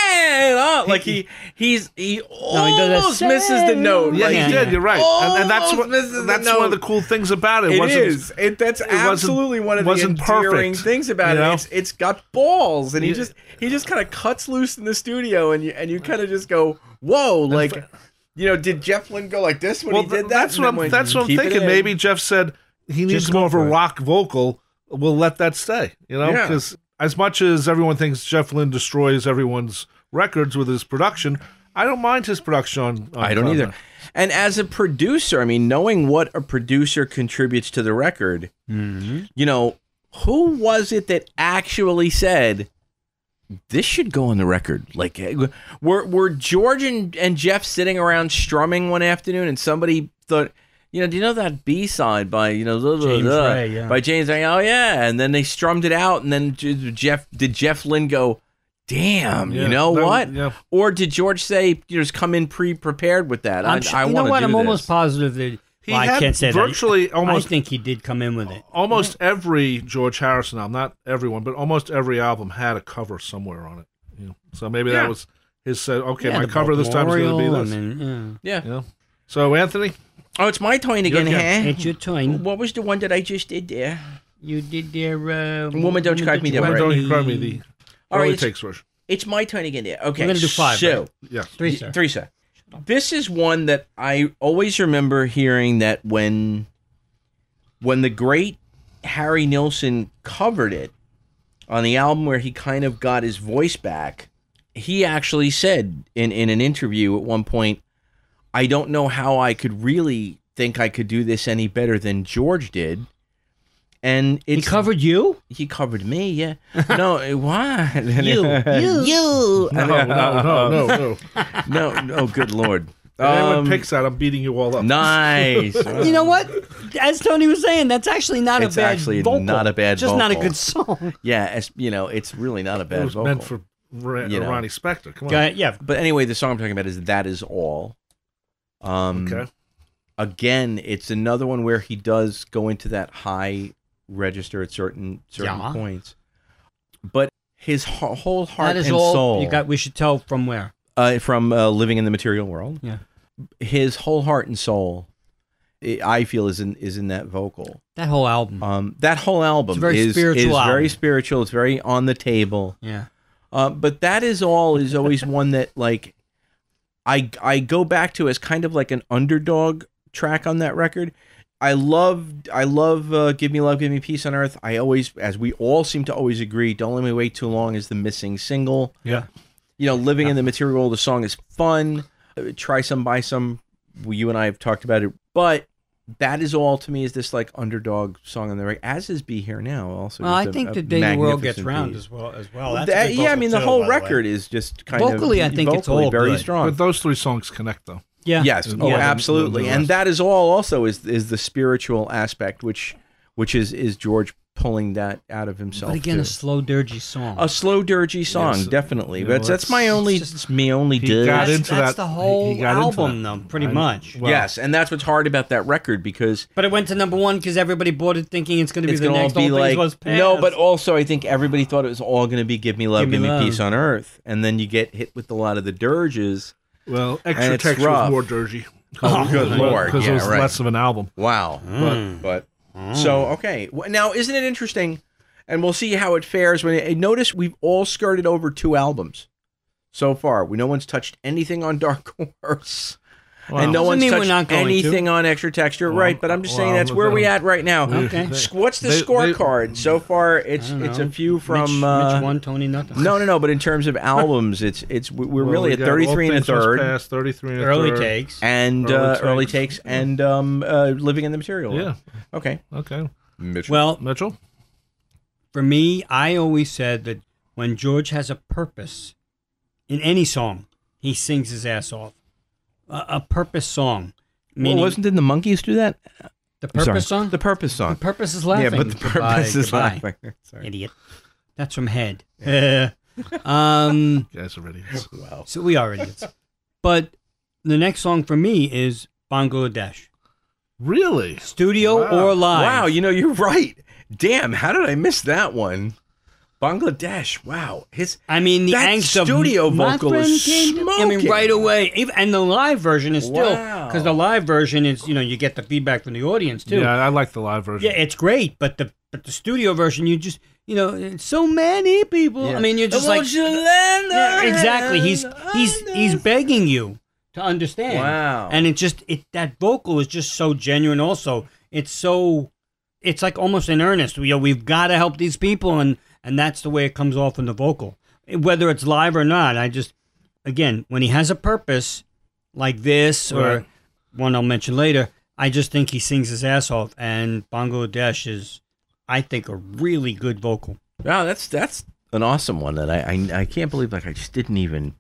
Speaker 5: set on." Like he, he's
Speaker 4: he
Speaker 5: he
Speaker 4: does that
Speaker 5: almost misses the
Speaker 4: set
Speaker 5: note.
Speaker 2: yeah,
Speaker 5: Like,
Speaker 2: he
Speaker 4: Yeah,
Speaker 2: did.
Speaker 4: yeah.
Speaker 2: You're right, and, and that's
Speaker 5: Almost
Speaker 2: what
Speaker 5: misses the
Speaker 2: that's one of
Speaker 5: note.
Speaker 2: the cool things about it.
Speaker 5: It
Speaker 2: wasn't,
Speaker 5: is. It, that's
Speaker 2: wasn't-
Speaker 5: absolutely one of the
Speaker 2: wasn't perfect,
Speaker 5: endearing things about
Speaker 2: you know?
Speaker 5: it. It's, it's got balls, and he
Speaker 2: Yeah.
Speaker 5: just he just kind of cuts loose in the studio, and you and you kind of just go, "Whoa!" Like, you know, did Jeff Lynn go like this when
Speaker 2: Well,
Speaker 5: he
Speaker 2: th-
Speaker 5: did that?
Speaker 2: that's
Speaker 5: And
Speaker 2: what
Speaker 5: then
Speaker 2: I'm,
Speaker 5: went,
Speaker 2: that's what I'm
Speaker 5: "Keep it
Speaker 2: thinking.
Speaker 5: in."
Speaker 2: Maybe Jeff said he needs
Speaker 4: Just
Speaker 2: more
Speaker 4: go
Speaker 2: of a
Speaker 4: for it.
Speaker 2: rock vocal. We'll let that stay. You know,
Speaker 5: Yeah.
Speaker 2: because as much as everyone thinks Jeff Lynne destroys everyone's records with his production, I don't mind his production. on, on
Speaker 5: I don't
Speaker 2: Cloud
Speaker 5: either.
Speaker 2: Nine.
Speaker 5: And as a producer, I mean, knowing what a producer contributes to the record,
Speaker 4: Mm-hmm.
Speaker 5: you know, who was it that actually said this should go on the record? Like, eh, were were George and, and Jeff sitting around strumming one afternoon, and somebody thought. You know, do you know that B side by you know blah, blah,
Speaker 4: James
Speaker 5: blah,
Speaker 4: Ray, yeah.
Speaker 5: by James Ray? Oh yeah, and then they strummed it out, and then J- Jeff did Jeff Lynne go, "Damn,
Speaker 2: Yeah,
Speaker 5: you know
Speaker 2: that-
Speaker 5: what?"
Speaker 2: yeah.
Speaker 5: Or did George say, you know, just come in pre prepared with that?
Speaker 4: I'm
Speaker 5: I,
Speaker 4: sh-
Speaker 5: I
Speaker 4: you
Speaker 5: want
Speaker 4: know
Speaker 5: to
Speaker 4: what?
Speaker 5: do
Speaker 4: I'm
Speaker 5: this.
Speaker 4: almost positive that.
Speaker 2: He
Speaker 4: well, I
Speaker 2: had
Speaker 4: can't say
Speaker 2: virtually
Speaker 4: that.
Speaker 2: almost-
Speaker 4: I think he did come in with it.
Speaker 2: Almost every George Harrison album, not everyone, but almost every album had a cover somewhere on it. You know? So maybe that
Speaker 5: Yeah.
Speaker 2: was his said, okay,
Speaker 4: Yeah,
Speaker 2: my
Speaker 4: the
Speaker 2: cover this time is going to be
Speaker 4: Memorial,
Speaker 2: this.
Speaker 4: and then,
Speaker 5: Yeah.
Speaker 2: Yeah. So Anthony,
Speaker 5: Oh, it's my turn again.
Speaker 4: yeah.
Speaker 5: huh?
Speaker 4: It's your time.
Speaker 5: What was the one that I just did there?
Speaker 4: You did their uh,
Speaker 5: Woman Don't Cry Me,
Speaker 4: Don't
Speaker 5: Deborah.
Speaker 4: Cry
Speaker 2: don't
Speaker 4: Me.
Speaker 2: you cry me the
Speaker 5: All
Speaker 2: early
Speaker 5: right,
Speaker 2: takes version.
Speaker 5: It's my turn again there. Okay.
Speaker 4: We're gonna do five,
Speaker 5: So,
Speaker 4: right?
Speaker 2: Yeah.
Speaker 4: Three,
Speaker 5: y-
Speaker 4: sir.
Speaker 5: Three, sir. This is one that I always remember hearing that when when the great Harry Nilsson covered it, on the album where he kind of got his voice back, he actually said in, in an interview at one point, I don't know how I could really think I could do this any better than George did. And
Speaker 4: He
Speaker 5: it's,
Speaker 4: covered you?
Speaker 5: he covered me, yeah. No, why?
Speaker 4: you. You.
Speaker 2: No, no, no, no, no.
Speaker 5: no, no, good lord.
Speaker 2: If anyone
Speaker 5: Um,
Speaker 2: picks that, I'm beating you all up.
Speaker 5: Nice.
Speaker 4: You know what? As Tony was saying, that's actually not
Speaker 5: It's
Speaker 4: a bad
Speaker 5: actually
Speaker 4: vocal.
Speaker 5: not a bad
Speaker 4: Just not a
Speaker 5: vocal.
Speaker 4: good song.
Speaker 5: yeah, it's, you know, it's really not a
Speaker 2: it
Speaker 5: bad
Speaker 2: was
Speaker 5: vocal.
Speaker 2: meant for Ra-
Speaker 5: You know.
Speaker 2: Ronnie Spector. Come on.
Speaker 4: Go ahead, yeah.
Speaker 5: but anyway, the song I'm talking about is "That Is All." Um,
Speaker 2: Okay.
Speaker 5: Again, it's another one where he does go into that high register at certain certain
Speaker 4: Yeah.
Speaker 5: points, but his ho- whole heart
Speaker 4: that is
Speaker 5: and
Speaker 4: all
Speaker 5: soul
Speaker 4: you got. We should tell from where.
Speaker 5: uh, from uh, living in the material world.
Speaker 4: Yeah.
Speaker 5: his whole heart and soul, i I feel, is in is in that vocal.
Speaker 4: That whole album.
Speaker 5: Um, that whole album
Speaker 4: It's a very
Speaker 5: is
Speaker 4: spiritual
Speaker 5: is very
Speaker 4: album.
Speaker 5: spiritual. It's very on the table.
Speaker 4: yeah.
Speaker 5: Uh, but that is all is always one that like I I go back to as kind of like an underdog track on that record. I love I love uh, give me love give me peace on earth. I always as we all seem to always agree don't let me wait too long is the missing single.
Speaker 2: Yeah.
Speaker 5: You know, living in the material world, the song is fun. Uh, try some buy some. We, you and I have talked about it, but that is all to me is this like underdog song on the record. As is be here now also.
Speaker 4: Well, I
Speaker 5: just a-
Speaker 4: think
Speaker 5: a
Speaker 4: the day the world gets
Speaker 5: magnificent
Speaker 4: round
Speaker 5: piece.
Speaker 4: as well. As well.
Speaker 5: Well,
Speaker 4: Oh, That's a
Speaker 5: that-
Speaker 4: good
Speaker 5: yeah, I
Speaker 4: vocal
Speaker 5: mean the
Speaker 4: too,
Speaker 5: whole
Speaker 4: by way.
Speaker 5: record is just kind
Speaker 4: Vocally,
Speaker 5: of
Speaker 4: I think it's
Speaker 5: vocally
Speaker 4: all
Speaker 5: very
Speaker 4: good.
Speaker 5: strong.
Speaker 2: But those three songs connect, though.
Speaker 4: Yeah.
Speaker 5: yes,
Speaker 2: Yeah.
Speaker 5: oh,
Speaker 2: Yeah.
Speaker 5: absolutely,
Speaker 2: Yeah.
Speaker 5: and that is all. Also, is is the spiritual aspect, which which is is George pulling that out of himself.
Speaker 4: But again,
Speaker 5: too.
Speaker 4: a slow, dirgy song.
Speaker 5: A slow, dirgy song,
Speaker 2: Yes.
Speaker 5: definitely.
Speaker 2: Yeah,
Speaker 5: but
Speaker 2: well,
Speaker 5: that's my
Speaker 4: that's-
Speaker 5: only,
Speaker 4: it's just-
Speaker 5: me only.
Speaker 2: He
Speaker 5: dig.
Speaker 2: got
Speaker 4: That's-
Speaker 2: into
Speaker 4: that's
Speaker 2: that.
Speaker 4: the whole
Speaker 2: he- he got into
Speaker 4: album,
Speaker 2: that.
Speaker 4: though, pretty
Speaker 2: I-
Speaker 4: much.
Speaker 2: well,
Speaker 5: yes, and that's what's hard about that record because
Speaker 4: but it went to number one because everybody bought it thinking it's going to be
Speaker 5: it's
Speaker 4: the
Speaker 5: gonna all
Speaker 4: next
Speaker 5: be
Speaker 4: All
Speaker 5: like
Speaker 4: Things Must Pass.
Speaker 5: no. But also, I think everybody thought it was all going to be "Give Me Love,
Speaker 4: Give
Speaker 5: Give,
Speaker 4: Me
Speaker 5: me,
Speaker 4: Love.
Speaker 5: Peace on Earth," and then you get hit with a lot of the dirges.
Speaker 2: Well,
Speaker 5: And
Speaker 2: extra
Speaker 5: it's
Speaker 2: text was
Speaker 5: rough.
Speaker 2: more dirgy.
Speaker 5: Oh, good lord,
Speaker 2: Because it
Speaker 5: yeah,
Speaker 2: was
Speaker 5: right.
Speaker 2: less of an album.
Speaker 5: Wow.
Speaker 4: Hmm.
Speaker 5: But, but so okay. W- Now isn't it interesting? And we'll see how it fares. When it, notice we've all skirted over two albums so far. We no one's touched anything on Dark Horse, and no
Speaker 4: Doesn't
Speaker 5: one's
Speaker 4: mean we're
Speaker 5: touched
Speaker 4: not going to.
Speaker 5: anything on Extra Texture.
Speaker 2: Well,
Speaker 5: right, but I'm just saying
Speaker 2: well,
Speaker 5: that's where we
Speaker 2: then-
Speaker 5: at right now.
Speaker 4: Okay.
Speaker 5: Squ- What's the
Speaker 2: They- they-
Speaker 5: scorecard so far? It's
Speaker 4: don't
Speaker 5: it's
Speaker 4: know.
Speaker 5: a few
Speaker 4: Mitch,
Speaker 5: from.
Speaker 4: Mitch
Speaker 5: uh,
Speaker 4: one, Tony nothing.
Speaker 5: no, no, no. But in terms of albums, it's it's we- we're
Speaker 2: Well,
Speaker 5: really
Speaker 2: we
Speaker 5: at
Speaker 2: got
Speaker 5: 33 and a
Speaker 2: All Things Must
Speaker 5: third,
Speaker 2: Pass, 33 and a
Speaker 4: early
Speaker 2: third.
Speaker 4: takes.
Speaker 5: and
Speaker 2: Early
Speaker 5: uh, early
Speaker 2: Takes.
Speaker 5: takes, and um, uh, living in the material.
Speaker 2: Yeah.
Speaker 5: Okay.
Speaker 2: Okay.
Speaker 4: Well,
Speaker 2: Mitchell?
Speaker 4: for me, I always said that when George has a purpose in any song, he sings his ass off. A, a purpose song. Meaning
Speaker 5: Well, wasn't didn't the monkeys do that?
Speaker 4: the purpose
Speaker 5: I'm sorry.
Speaker 4: song?
Speaker 5: The purpose
Speaker 4: The
Speaker 5: song.
Speaker 4: purpose is laughing.
Speaker 5: Yeah, but the
Speaker 4: Goodbye,
Speaker 5: purpose is
Speaker 4: goodbye,
Speaker 5: laughing. Sorry.
Speaker 4: Idiot. That's from Head. Eh. um,
Speaker 2: You guys are ready.
Speaker 5: Wow.
Speaker 4: so we are idiots. But the next song for me is Bangladesh.
Speaker 2: Really?
Speaker 4: Studio
Speaker 2: Wow.
Speaker 4: or live.
Speaker 5: Wow, you know you're right. Damn, how did I miss that one? Bangladesh. Wow, his
Speaker 4: I mean, the
Speaker 5: That
Speaker 4: angst of
Speaker 5: studio
Speaker 4: my
Speaker 5: vocal
Speaker 4: friend
Speaker 5: is
Speaker 4: came to- I mean,
Speaker 5: smoking.
Speaker 4: right away, Even- and the live version is still
Speaker 5: Wow.
Speaker 4: because the live version is you know you get the feedback from the audience too.
Speaker 2: Yeah, I like the live
Speaker 4: Yeah,
Speaker 2: version.
Speaker 4: it's great, but the but the studio version, you just you know, it's so many people. I mean, you're just like Yeah, exactly. He's he's he's begging you to understand.
Speaker 5: Wow.
Speaker 4: And it just it that vocal is just so genuine. Also, it's so it's like almost in earnest. You know, we've got to help these people, and and that's the way it comes off in the vocal, whether it's live or not. I just again when he has a purpose like this
Speaker 2: Right.
Speaker 4: or one I'll mention later. I just think he sings his ass off, and Bangladesh is, I think, a really good vocal.
Speaker 5: wow. That's that's an awesome one that I I, I can't believe like I just didn't even.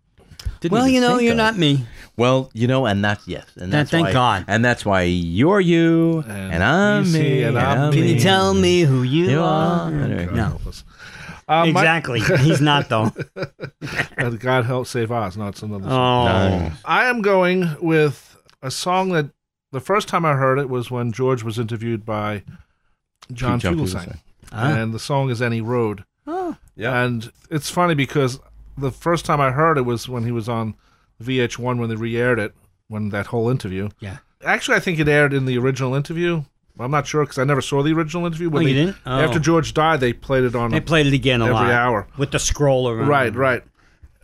Speaker 5: Didn't
Speaker 4: Well,
Speaker 5: even
Speaker 4: you know,
Speaker 5: think
Speaker 4: you're
Speaker 5: of.
Speaker 4: not me.
Speaker 5: Well, you know, and that's yes, and
Speaker 4: That-
Speaker 5: that's
Speaker 4: thank
Speaker 5: why-
Speaker 4: God.
Speaker 5: and that's why you're you,
Speaker 2: And
Speaker 5: and, I'm
Speaker 2: you see,
Speaker 5: me,
Speaker 2: and I'm
Speaker 5: I'm
Speaker 2: me.
Speaker 4: Can you
Speaker 2: mean,
Speaker 4: tell me who you,
Speaker 5: you
Speaker 4: are?
Speaker 5: are.
Speaker 2: God
Speaker 4: No.
Speaker 2: help us. Uh, my-
Speaker 4: Exactly. He's not though.
Speaker 2: Uh, God help save Oz. No, it's another.
Speaker 4: Oh.
Speaker 2: song. I am going with a song that the first time I heard it was when George was interviewed by John
Speaker 5: John
Speaker 2: Fugelsang,
Speaker 5: Fugelsang.
Speaker 4: Ah.
Speaker 2: and the song is "Any Road."
Speaker 4: Oh.
Speaker 2: And it's funny because the first time I heard it was when he was on VH1 when they re-aired it, when that whole interview.
Speaker 4: Yeah.
Speaker 2: Actually, I think it aired in the original interview. I'm not sure because I never saw the original interview. When
Speaker 4: Oh, you
Speaker 2: they-
Speaker 4: didn't? Oh.
Speaker 2: After George died, they played it on
Speaker 4: They played it again a
Speaker 2: every
Speaker 4: lot.
Speaker 2: hour.
Speaker 4: With the scroll around.
Speaker 2: Right, right.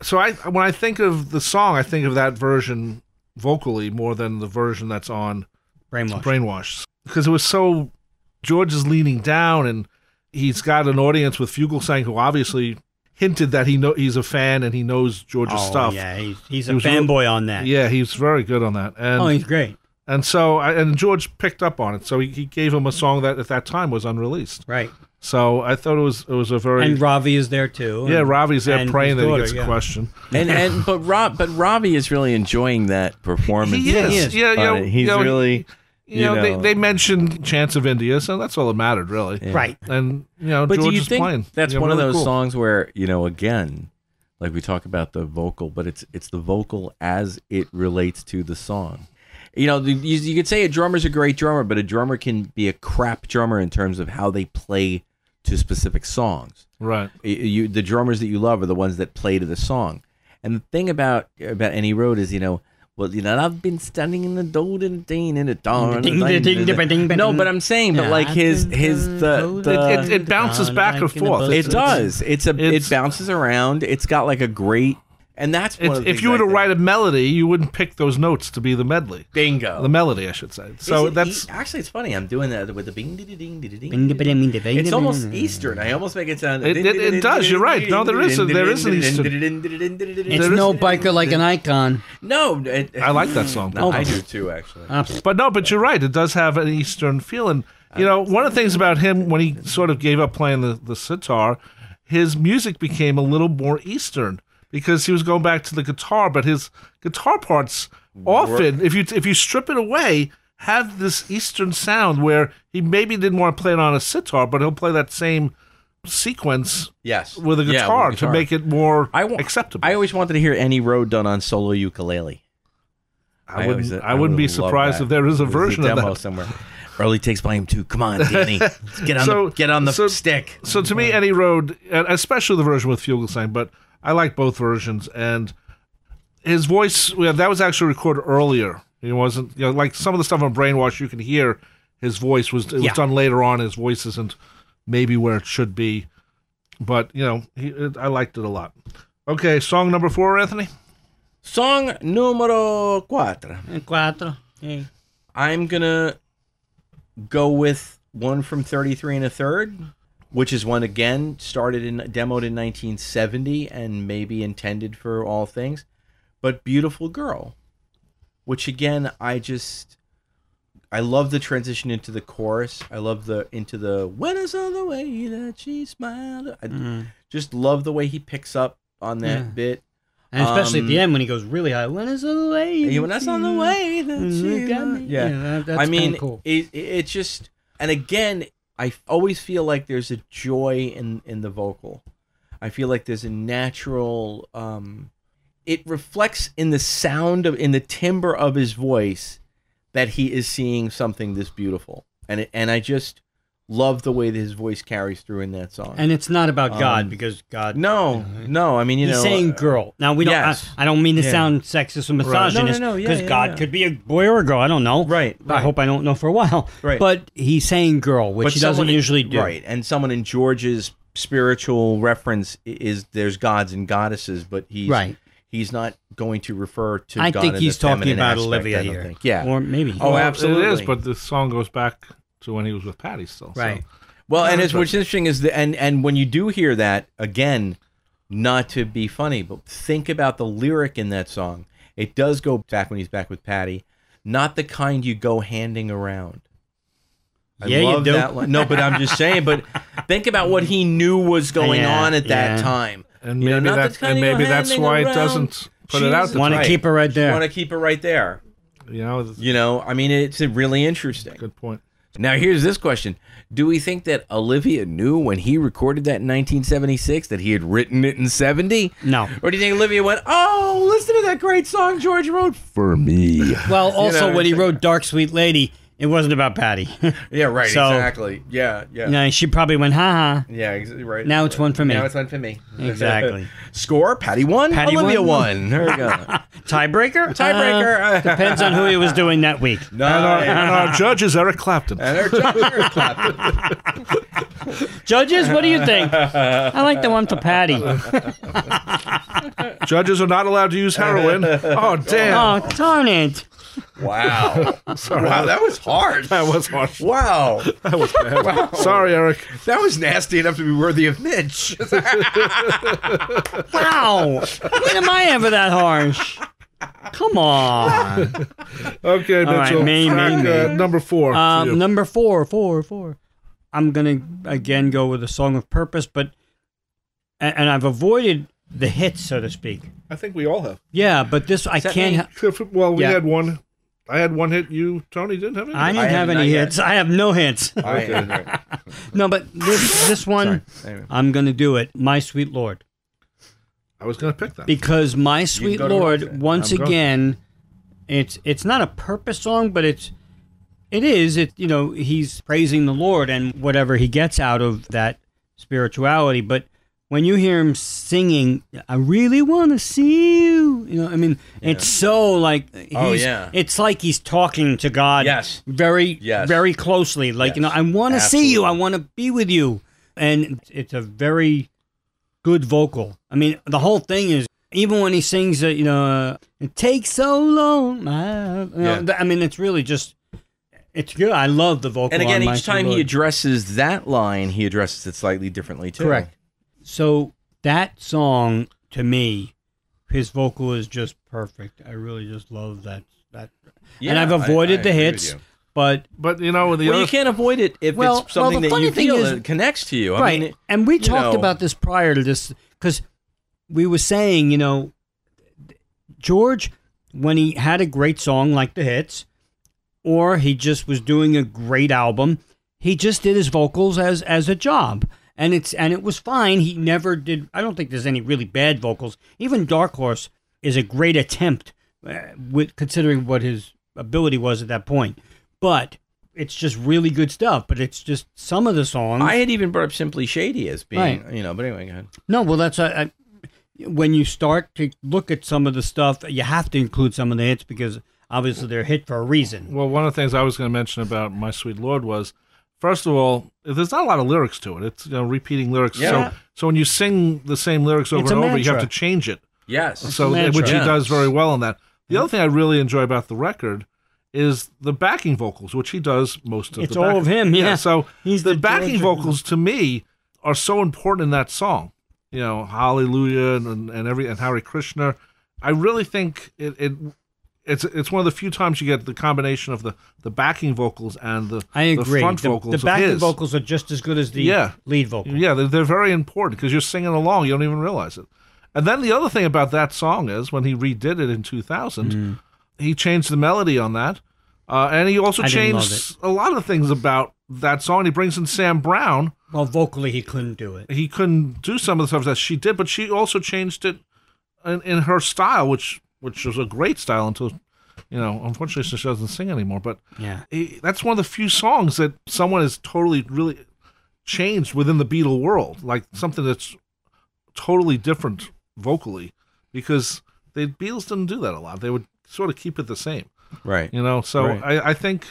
Speaker 2: So I when I think of the song, I think of that version vocally more than the version that's on
Speaker 4: Brainwash.
Speaker 2: Brainwash because it was so George is leaning down and he's got an audience with Fugelsang, who obviously hinted that he know he's a fan and he knows George's
Speaker 4: oh,
Speaker 2: stuff.
Speaker 4: Yeah, he's, he's a
Speaker 2: He was real-
Speaker 4: fanboy on that.
Speaker 2: Yeah, he's very good on that. And
Speaker 4: Oh, he's great.
Speaker 2: and so I, and George picked up on it. So he, he gave him a song that at that time was unreleased.
Speaker 4: Right.
Speaker 2: So I thought it was it was a very
Speaker 4: And Ravi is there too.
Speaker 2: yeah.
Speaker 4: and-
Speaker 2: Ravi's there
Speaker 4: and
Speaker 2: praying that
Speaker 4: his
Speaker 2: he
Speaker 4: daughter,
Speaker 2: gets a
Speaker 4: yeah.
Speaker 2: question.
Speaker 5: and and but Rob but Robbie is really enjoying that performance.
Speaker 2: He
Speaker 4: Yeah, he
Speaker 2: is.
Speaker 4: is.
Speaker 2: Yeah, yeah.
Speaker 5: Uh, he's
Speaker 2: you know,
Speaker 5: really
Speaker 2: You, know,
Speaker 5: you
Speaker 2: They,
Speaker 5: know.
Speaker 2: they mentioned Chance of India, so that's all that mattered really.
Speaker 5: Yeah.
Speaker 4: Right.
Speaker 2: And you know,
Speaker 5: But
Speaker 2: George
Speaker 5: do you
Speaker 2: is
Speaker 5: think
Speaker 2: playing.
Speaker 5: that's
Speaker 2: Yeah,
Speaker 5: one
Speaker 2: really
Speaker 5: of those
Speaker 2: cool.
Speaker 5: songs where you know again, like we talk about the vocal, but it's it's the vocal as it relates to the song. You know, you, you could say a drummer's a great drummer, but a drummer can be a crap drummer in terms of how they play to specific songs.
Speaker 2: Right.
Speaker 5: Y- you the drummers that you love are the ones that play to the song. And the thing about about any road is, you know, well, you know, I've been standing in the golden ding in the dawn.
Speaker 4: Ding, ding, ding, ding, ding, ding.
Speaker 5: No, but I'm saying, but
Speaker 4: Yeah.
Speaker 5: like his his the, the
Speaker 2: It- it- it bounces back and forth.
Speaker 5: it does. It's a
Speaker 2: It's-
Speaker 5: it bounces around. It's got like a great and that's one
Speaker 2: It's,
Speaker 5: of the
Speaker 2: if you were to write
Speaker 5: a
Speaker 2: a melody, you wouldn't pick those notes to be the medley,
Speaker 5: bingo.
Speaker 2: the melody, I should say. So
Speaker 5: Is it
Speaker 2: that's
Speaker 5: e- actually it's funny. I'm doing that with the bing ding ding ding ding. It's
Speaker 4: It's
Speaker 5: almost Eastern. I almost make it sound.
Speaker 2: It- it- it does. You're right. No, there is a- there is an Eastern.
Speaker 4: It's
Speaker 2: There is-
Speaker 4: no biker like an icon.
Speaker 5: No, it-
Speaker 2: I like that Uh, song.
Speaker 5: No, I do too, actually.
Speaker 4: Ah,
Speaker 2: But no, but you're right. It does have an Eastern feel. And, you know, one of the things about him when he sort of gave up playing the, the sitar, his music became a little more Eastern because he was going back to the guitar. But his guitar parts often, if you if you strip it away, have this Eastern sound where he maybe didn't want to play it on a sitar, but he'll play that same sequence
Speaker 5: Yes,
Speaker 2: with a
Speaker 5: Yeah,
Speaker 2: guitar, to make it more
Speaker 5: I wa-
Speaker 2: acceptable.
Speaker 5: I always wanted to hear any road done on solo ukulele.
Speaker 2: I
Speaker 5: always-
Speaker 2: wouldn't, I wouldn't be
Speaker 5: would love
Speaker 2: surprised
Speaker 5: that.
Speaker 2: if there is a
Speaker 5: There's
Speaker 2: version of
Speaker 5: demo
Speaker 2: that.
Speaker 5: somewhere. Early takes volume two. Come on, Danny, Let's get on
Speaker 2: So-
Speaker 5: the get on the
Speaker 2: so-
Speaker 5: stick.
Speaker 2: So to me, any road, and especially the version with Fugelsang, but I like both versions. And his voice, well, that was actually recorded earlier. It wasn't, you know, like some of the stuff on Brainwash, you can hear his voice was. It was
Speaker 4: Yeah.
Speaker 2: done later on. His voice isn't maybe where it should be, but you know, he, it, I liked it a lot. Okay, song number four, Anthony.
Speaker 5: Song numero cuatro.
Speaker 4: Cuatro. Yeah.
Speaker 5: I'm gonna go with one from 33 and a third, which is one again started in demoed in 1970 and maybe intended for all things, but beautiful girl, which again I just I love the transition into the chorus. I love the into the when I saw the way that she smiled. I
Speaker 4: Hmm.
Speaker 5: just love the way he picks up on that
Speaker 4: Yeah.
Speaker 5: bit.
Speaker 4: And especially
Speaker 5: Um,
Speaker 4: at the end when he goes really high. When is the way?
Speaker 5: When I saw the way that she smiled.
Speaker 4: Yeah. that- that's
Speaker 5: I mean,
Speaker 4: kinda cool.
Speaker 5: it, it it's just, and again, I f- always feel like there's a joy in in the vocal. I feel like there's a natural. Um, it reflects in the sound of in the timbre of his voice that he is seeing something this beautiful, and it, and I just love the way that his voice carries through in that song.
Speaker 4: And it's not about God
Speaker 5: Um,
Speaker 4: because God.
Speaker 5: no, no, I mean you
Speaker 4: he's
Speaker 5: know, uh,
Speaker 4: saying girl. Now we don't.
Speaker 5: yes.
Speaker 4: I, I don't mean to
Speaker 5: Yeah.
Speaker 4: sound sexist or
Speaker 5: Right.
Speaker 4: misogynist.
Speaker 5: No, no, no, yeah,
Speaker 4: Because
Speaker 5: yeah,
Speaker 4: God
Speaker 5: yeah.
Speaker 4: could be a boy or a girl. I don't know.
Speaker 5: Right,
Speaker 4: I
Speaker 5: right.
Speaker 4: hope I don't know for a while.
Speaker 5: Right.
Speaker 4: But he's saying girl, which he doesn't
Speaker 5: someone in-
Speaker 4: usually do.
Speaker 5: Right, and someone in George's spiritual reference i- is there's gods and goddesses, but he's
Speaker 4: Right.
Speaker 5: he's not going to refer to.
Speaker 4: I
Speaker 5: God
Speaker 4: think
Speaker 5: in
Speaker 4: he's
Speaker 5: the
Speaker 4: talking
Speaker 5: feminine
Speaker 4: about
Speaker 5: aspect,
Speaker 4: Olivia
Speaker 5: I don't
Speaker 4: here.
Speaker 5: think. Yeah.
Speaker 4: Or maybe.
Speaker 5: Oh,
Speaker 2: Well,
Speaker 5: absolutely.
Speaker 2: It is, but the song goes back to when he was with Patty still. so-
Speaker 4: Right.
Speaker 5: well, and it's, what's interesting is the and and when you do hear that again, not to be funny, but think about the lyric in that song. It does go back when he's back with Patty, not the kind you go handing around. I
Speaker 4: Yeah, you
Speaker 5: love
Speaker 4: do.
Speaker 5: that line. No, but I'm just saying. But think about what he knew was going
Speaker 4: Yeah,
Speaker 5: on at that
Speaker 4: yeah.
Speaker 5: time.
Speaker 2: And
Speaker 5: You know,
Speaker 2: maybe
Speaker 5: not
Speaker 2: that's
Speaker 5: the
Speaker 2: and
Speaker 5: kind you
Speaker 2: maybe that's
Speaker 5: hang
Speaker 2: why it
Speaker 5: around.
Speaker 2: doesn't put it out.
Speaker 5: Jesus.
Speaker 2: there.
Speaker 4: Want
Speaker 5: Right.
Speaker 4: to keep her right there.
Speaker 5: Want to keep it right there.
Speaker 2: You know, that's a
Speaker 5: You know, I mean, it's really interesting.
Speaker 2: good point.
Speaker 5: Now, here's this question Do we think that Olivia knew when he recorded that in 1976 that he had written it in 70?
Speaker 4: No.
Speaker 5: Or do you think Olivia went, Oh, listen to that great song George wrote for me?
Speaker 4: Well, also
Speaker 5: what
Speaker 4: when
Speaker 5: I'm
Speaker 4: he
Speaker 5: saying?
Speaker 4: wrote "Dark Sweet Lady," it wasn't about Patty.
Speaker 5: yeah, right.
Speaker 4: So-
Speaker 5: exactly. Yeah, yeah.
Speaker 4: now she probably went, "Ha ha."
Speaker 5: Yeah, exactly right.
Speaker 4: Now it's one for me.
Speaker 5: Now it's one for me.
Speaker 4: Exactly.
Speaker 5: Score, Patty won,
Speaker 4: Patty Uh,
Speaker 5: Olivia
Speaker 4: won.
Speaker 5: won. There we go.
Speaker 4: Tiebreaker.
Speaker 5: Tiebreaker.
Speaker 4: Uh, depends on who he was doing that week.
Speaker 2: And our,
Speaker 5: Nice.
Speaker 4: Uh,
Speaker 2: and our judge is Uh, Eric Clapton.
Speaker 5: And our judge clapped.
Speaker 4: Judges, what do you think? I like the one for Patty. oh,
Speaker 2: Judges are not allowed to use heroin. Oh, damn.
Speaker 4: darn it.
Speaker 5: Wow.
Speaker 2: Sorry.
Speaker 5: Wow, that was hard.
Speaker 2: That was harsh.
Speaker 5: Wow.
Speaker 2: That was bad.
Speaker 5: Wow.
Speaker 2: Sorry, Eric.
Speaker 5: That was nasty enough to be worthy of Mitch.
Speaker 4: Wow. when am I ever that harsh? Come on.
Speaker 2: Okay,
Speaker 4: All right,
Speaker 2: Mitchell.
Speaker 4: me, me,
Speaker 2: track,
Speaker 4: me.
Speaker 2: uh, number four. for you.
Speaker 4: Um, number four, four, four. I'm gonna again go with a song of purpose, but and, and I've avoided the hits, so to speak.
Speaker 2: I think we all have.
Speaker 4: Yeah, but this I can't. ha-
Speaker 2: Well, we
Speaker 4: Yeah.
Speaker 2: had one. I had one hit. You, Tony, didn't have any.
Speaker 4: I didn't
Speaker 5: I
Speaker 4: have
Speaker 5: have
Speaker 4: any
Speaker 5: not yet.
Speaker 4: hits. I have no hints.
Speaker 2: Okay.
Speaker 4: no, but this this one,
Speaker 5: Anyway.
Speaker 4: I'm gonna do it. My sweet Lord.
Speaker 2: I was going to pick that.
Speaker 4: because my sweet
Speaker 5: go to
Speaker 4: lord
Speaker 5: Roxanne.
Speaker 4: once
Speaker 2: I'm going.
Speaker 4: again it's it's not a purpose song but it's it is it you know he's praising the lord and whatever he gets out of that spirituality but when you hear him singing i really want to see you you know i mean it's so like he's,
Speaker 5: Oh, yeah.
Speaker 4: it's like he's talking to god
Speaker 5: Yes.
Speaker 4: very
Speaker 5: Yes.
Speaker 4: very closely like you know
Speaker 5: Yes.
Speaker 4: i want to see you i
Speaker 5: Absolutely.
Speaker 4: want to be with you and it's a very good vocal. I mean, the whole thing is even when he sings, uh, you know, uh, it takes so long. my- you know,
Speaker 5: Yeah.
Speaker 4: th- I mean, it's really just, it's good. I love the vocal.
Speaker 5: And
Speaker 4: on
Speaker 5: again, each
Speaker 4: My
Speaker 5: time
Speaker 4: Sweet
Speaker 5: he
Speaker 4: Lord.
Speaker 5: addresses that line, he addresses it slightly differently too.
Speaker 4: Correct. so that song to me, his vocal is just perfect. I really just love that. That and
Speaker 5: Yeah,
Speaker 4: I've
Speaker 5: I-
Speaker 4: avoided
Speaker 5: I
Speaker 4: the
Speaker 5: agree with
Speaker 4: hits,
Speaker 5: you.
Speaker 4: but
Speaker 2: but you know, the
Speaker 5: well,
Speaker 2: other
Speaker 5: you can't avoid it if
Speaker 4: Well- well,
Speaker 5: it's something
Speaker 4: the
Speaker 5: that
Speaker 4: funny
Speaker 5: you
Speaker 4: thing
Speaker 5: feel
Speaker 4: is-
Speaker 5: that connects to you. I
Speaker 4: right.
Speaker 5: mean, it-
Speaker 4: and we
Speaker 5: you
Speaker 4: talked
Speaker 5: know.
Speaker 4: about this prior to this because we were saying, you know, George, when he had a great song like the hits, or he just was doing a great album, he just did his vocals as as a job. And it's and it was fine. He never did. I don't think there's any really bad vocals. Even Dark Horse is a great attempt, uh, with considering what his ability was at that point. But it's just really good stuff. But it's just some of the songs.
Speaker 5: I had even brought up Simply Shady as being,
Speaker 4: Right.
Speaker 5: you know, but anyway, go ahead.
Speaker 4: No, well, that's I, I, when you start to look at some of the stuff, you have to include some of the hits because obviously they're hit for a reason.
Speaker 2: Well, one of the things I was going to mention about My Sweet Lord was, first of all, there's not a lot of lyrics to it. It's you know repeating lyrics.
Speaker 5: Yeah.
Speaker 2: So so when you sing the same lyrics over
Speaker 4: It's a
Speaker 2: and over, you have
Speaker 4: mantra.
Speaker 2: to change it.
Speaker 5: Yes.
Speaker 2: So
Speaker 4: mantra.
Speaker 2: which he
Speaker 5: Yeah.
Speaker 2: does very well on that. The other thing I really enjoy about the record is the backing vocals, which he does most of
Speaker 4: It's
Speaker 2: the
Speaker 4: all
Speaker 2: back-
Speaker 4: of him, yeah.
Speaker 2: So
Speaker 4: He's
Speaker 2: the,
Speaker 4: the
Speaker 2: backing
Speaker 4: George-
Speaker 2: vocals to me are so important in that song. You know, Hallelujah and, and every and Hare Krishna. I really think it, it it's it's one of the few times you get the combination of the, the backing vocals and the,
Speaker 4: I agree.
Speaker 2: the front
Speaker 4: the,
Speaker 2: vocals.
Speaker 4: the
Speaker 2: of
Speaker 4: backing
Speaker 2: his.
Speaker 4: vocals are just as good as the
Speaker 2: Yeah.
Speaker 4: lead vocal.
Speaker 2: Yeah, they're, they're very important because you're singing along. You don't even realize it. And then the other thing about that song is when he redid it in 2000,
Speaker 4: Mm.
Speaker 2: he changed the melody on that. Uh, and he also
Speaker 4: I didn't love
Speaker 2: changed a lot of things about that song. He brings in Sam Brown.
Speaker 4: Well, vocally he couldn't do it.
Speaker 2: He couldn't do some of the stuff that she did, but she also changed it in, in her style, which which was a great style until, you know, unfortunately she doesn't sing anymore. But
Speaker 4: Yeah.
Speaker 2: he- that's one of the few songs that someone has totally really changed within the Beatle world, like something that's totally different vocally, because the Beatles didn't do that a lot. They would sort of keep it the same,
Speaker 5: Right.
Speaker 2: you know. So
Speaker 5: Right.
Speaker 2: I, I think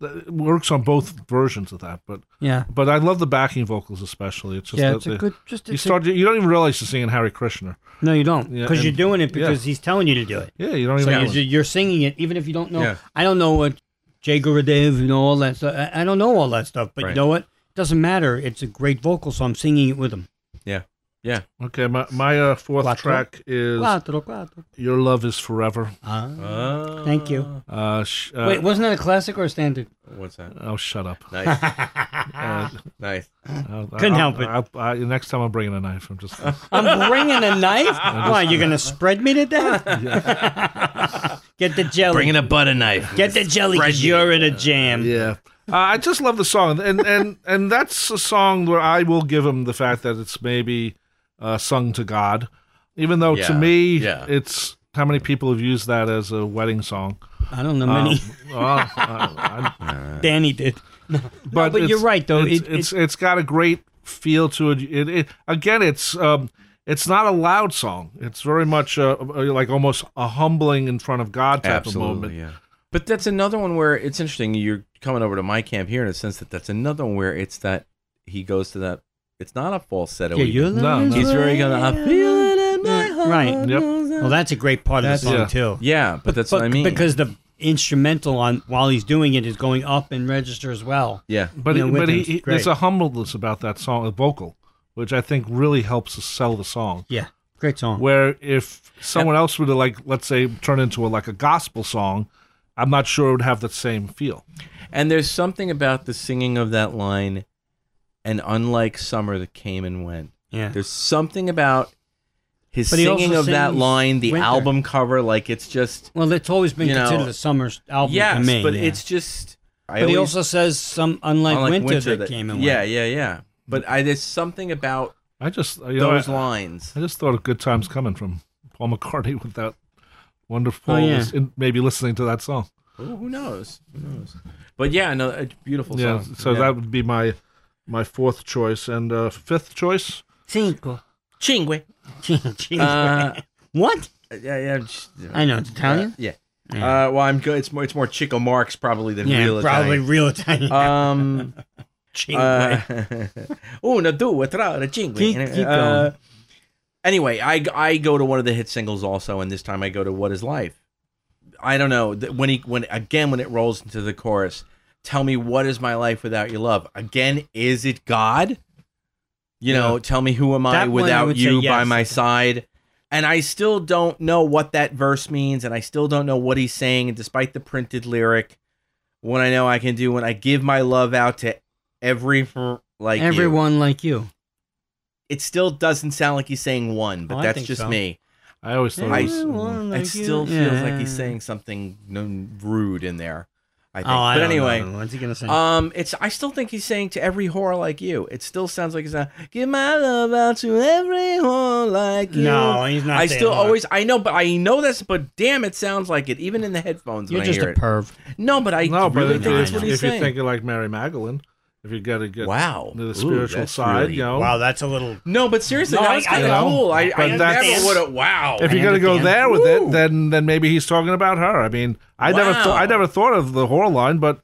Speaker 2: that it works on both versions of that, but
Speaker 4: Yeah.
Speaker 2: but I love the backing vocals especially. It's just
Speaker 4: Yeah,
Speaker 2: that
Speaker 4: it's a
Speaker 2: the-
Speaker 4: good. Just
Speaker 2: you
Speaker 4: it's a-
Speaker 2: start you don't even realize you're singing Harry Krishna.
Speaker 4: no, you don't
Speaker 2: Yeah,
Speaker 4: because
Speaker 2: and-
Speaker 4: you're doing it
Speaker 2: yeah.
Speaker 4: because he's telling you to do it.
Speaker 2: Yeah, you don't
Speaker 4: So
Speaker 2: even.
Speaker 4: you're,
Speaker 2: realize.
Speaker 4: ju- you're singing it even if you don't know.
Speaker 5: Yeah.
Speaker 4: I don't know what Jay Gurudev, you know, all that stuff. I, I don't know all that stuff, but you
Speaker 5: Right.
Speaker 4: know what? doesn't matter. It's a great vocal, so I'm singing it with him.
Speaker 2: Okay, my my uh, fourth
Speaker 4: Quattro.
Speaker 2: track is
Speaker 4: Quattro, quattro.
Speaker 2: "Your Love Is Forever."
Speaker 4: Ah.
Speaker 5: Uh,
Speaker 4: Thank you.
Speaker 2: Uh, sh- uh,
Speaker 4: Wait, wasn't that a classic or a standard?
Speaker 5: What's that?
Speaker 2: Oh, shut up.
Speaker 5: Nice.
Speaker 2: Uh,
Speaker 5: nice.
Speaker 2: I'll-
Speaker 4: Couldn't
Speaker 2: I'll-
Speaker 4: help it.
Speaker 2: I'll- I- next time I'm bringing a knife. I'm just.
Speaker 4: I'm bringing a knife? Why, you're going to spread me to death? Get the jelly.
Speaker 5: a butter knife.
Speaker 4: Get the jelly because you're in a jam.
Speaker 2: yeah, uh, I just love the song, and and and that's a song where I will give him the fact that it's maybe uh, sung to God, even though to
Speaker 5: Yeah,
Speaker 2: me
Speaker 5: yeah.
Speaker 2: it's how many people have used that as a wedding song.
Speaker 4: I don't know many.
Speaker 2: Um, well, I- I-
Speaker 4: Danny did.
Speaker 2: but
Speaker 4: but you're
Speaker 2: it's-
Speaker 4: right, though.
Speaker 2: It's,
Speaker 4: It-
Speaker 2: it's it's got a great feel to it. It, it again, it's um, it's not a loud song. It's very much uh like almost a humbling in front of God type of moment.
Speaker 5: Absolutely. Yeah. But that's another one where it's interesting. You're coming over to my camp here in a sense that that's another one where it's that he goes to that. It's not a falsetto.
Speaker 4: Yeah,
Speaker 5: even.
Speaker 4: you're
Speaker 2: No, no.
Speaker 5: He's very gonna. I feel it in my heart.
Speaker 4: Right.
Speaker 2: Yep.
Speaker 4: Well, that's a great part of the
Speaker 5: That's-
Speaker 4: song,
Speaker 2: yeah.
Speaker 4: too.
Speaker 5: Yeah, but that's what I mean.
Speaker 4: Because the instrumental on while he's doing it is going up in register as well.
Speaker 5: Yeah.
Speaker 2: But,
Speaker 4: you know,
Speaker 2: he,
Speaker 4: with
Speaker 2: but
Speaker 4: him.
Speaker 2: he,
Speaker 4: It's
Speaker 2: he-
Speaker 4: great.
Speaker 2: there's a humbleness about that song, a vocal, which I think really helps us sell the song.
Speaker 4: Yeah, great song.
Speaker 2: Where if someone else would have, like, let's say, turn into a, like a gospel song, I'm not sure it would have the same feel.
Speaker 5: And there's something about the singing of that line, and unlike summer that came and went,
Speaker 4: yeah,
Speaker 5: there's something about his
Speaker 4: But he also
Speaker 5: singing of that
Speaker 4: sings
Speaker 5: line, the
Speaker 4: Winter.
Speaker 5: album cover, like it's just
Speaker 4: well, it's always been
Speaker 5: you know,
Speaker 4: considered a summer's album
Speaker 5: yes,
Speaker 4: to me.
Speaker 5: but
Speaker 4: yeah.
Speaker 5: it's just. I
Speaker 4: but he
Speaker 5: always-
Speaker 4: also says some unlike,
Speaker 5: unlike
Speaker 4: winter, that, came and
Speaker 5: yeah,
Speaker 4: went.
Speaker 5: yeah, yeah. But I, there's something about
Speaker 2: I just, you know,
Speaker 5: those
Speaker 2: I-
Speaker 5: lines.
Speaker 2: I just thought of good times coming from Paul McCartney with that wonderful,
Speaker 4: Oh, yeah.
Speaker 2: is- in- maybe listening to that song.
Speaker 5: Who who knows? Who knows? But yeah, no, a beautiful
Speaker 2: yeah,
Speaker 5: song.
Speaker 2: so
Speaker 5: Yeah.
Speaker 2: that would be my my fourth choice and uh, fifth choice.
Speaker 4: Cinco.
Speaker 5: Cinque.
Speaker 4: Cinque.
Speaker 5: Uh,
Speaker 4: what?
Speaker 5: yeah, yeah. just-
Speaker 4: I know it's Italian.
Speaker 5: Yeah.
Speaker 4: Yeah.
Speaker 5: Uh, well, I'm good. It's more. It's more Chico Marx probably than
Speaker 4: yeah,
Speaker 5: real
Speaker 4: probably
Speaker 5: Italian.
Speaker 4: real Italian.
Speaker 5: Um.
Speaker 4: Cinque.
Speaker 5: Uh, una, due, tre, cinque.
Speaker 4: Keep-
Speaker 5: Anyway,
Speaker 4: keep
Speaker 5: uh,
Speaker 4: going.
Speaker 5: anyway, I I go to one of the hit singles also, and this time I go to "What Is Life." I don't know th- when he when again when it rolls into the chorus. Tell me what is my life without your love? Again, is it God? You know, tell me who am I
Speaker 4: That one I
Speaker 5: without
Speaker 4: would say
Speaker 5: you by
Speaker 4: yes.
Speaker 5: my side? And I still don't know what that verse means, and I still don't know what he's saying. And despite the printed lyric, what I know I can do when I give my love out to every like you.
Speaker 4: Everyone like you.
Speaker 5: it still doesn't sound like he's saying one, but
Speaker 4: Oh, I
Speaker 5: that's
Speaker 4: think
Speaker 5: just
Speaker 4: so.
Speaker 5: me.
Speaker 2: I always thought it was.
Speaker 4: Everyone
Speaker 5: it
Speaker 4: like you.
Speaker 5: still feels like he's
Speaker 4: Yeah.
Speaker 5: saying something no- rude in there. I think.
Speaker 4: Oh, I
Speaker 5: but
Speaker 4: don't
Speaker 5: anyway,
Speaker 4: know. what's he gonna say?
Speaker 5: um, it's I still think he's saying to every whore like you. It still sounds like he's not give my love out to every whore like you.
Speaker 4: no, he's not.
Speaker 5: I
Speaker 4: saying
Speaker 5: still
Speaker 4: that.
Speaker 5: always I know, but I know that's but damn, it sounds like it even in the headphones
Speaker 4: You're
Speaker 5: when
Speaker 4: just
Speaker 5: I hear
Speaker 4: a perv.
Speaker 5: it. No, but I
Speaker 2: No, but
Speaker 5: really
Speaker 2: if,
Speaker 5: think that's
Speaker 2: if-
Speaker 5: what he's
Speaker 2: if you're
Speaker 5: saying.
Speaker 2: thinking like Mary Magdalene, if you got to get
Speaker 5: wow,
Speaker 2: to the
Speaker 5: Ooh,
Speaker 2: spiritual
Speaker 5: that's
Speaker 2: side,
Speaker 5: really-
Speaker 2: you know,
Speaker 4: Wow, that's a little.
Speaker 5: No, but seriously,
Speaker 4: No,
Speaker 5: that
Speaker 4: I-
Speaker 5: was
Speaker 4: I
Speaker 5: kind of
Speaker 2: know.
Speaker 5: cool. I, I
Speaker 2: But
Speaker 5: never
Speaker 2: that's-
Speaker 5: would have. Wow.
Speaker 2: if you're
Speaker 4: I
Speaker 2: gonna go
Speaker 4: understand.
Speaker 2: there with
Speaker 5: Woo!
Speaker 2: it, then then maybe he's talking about her. I mean, I never
Speaker 5: Wow.
Speaker 2: thought I never thought of the whore line, but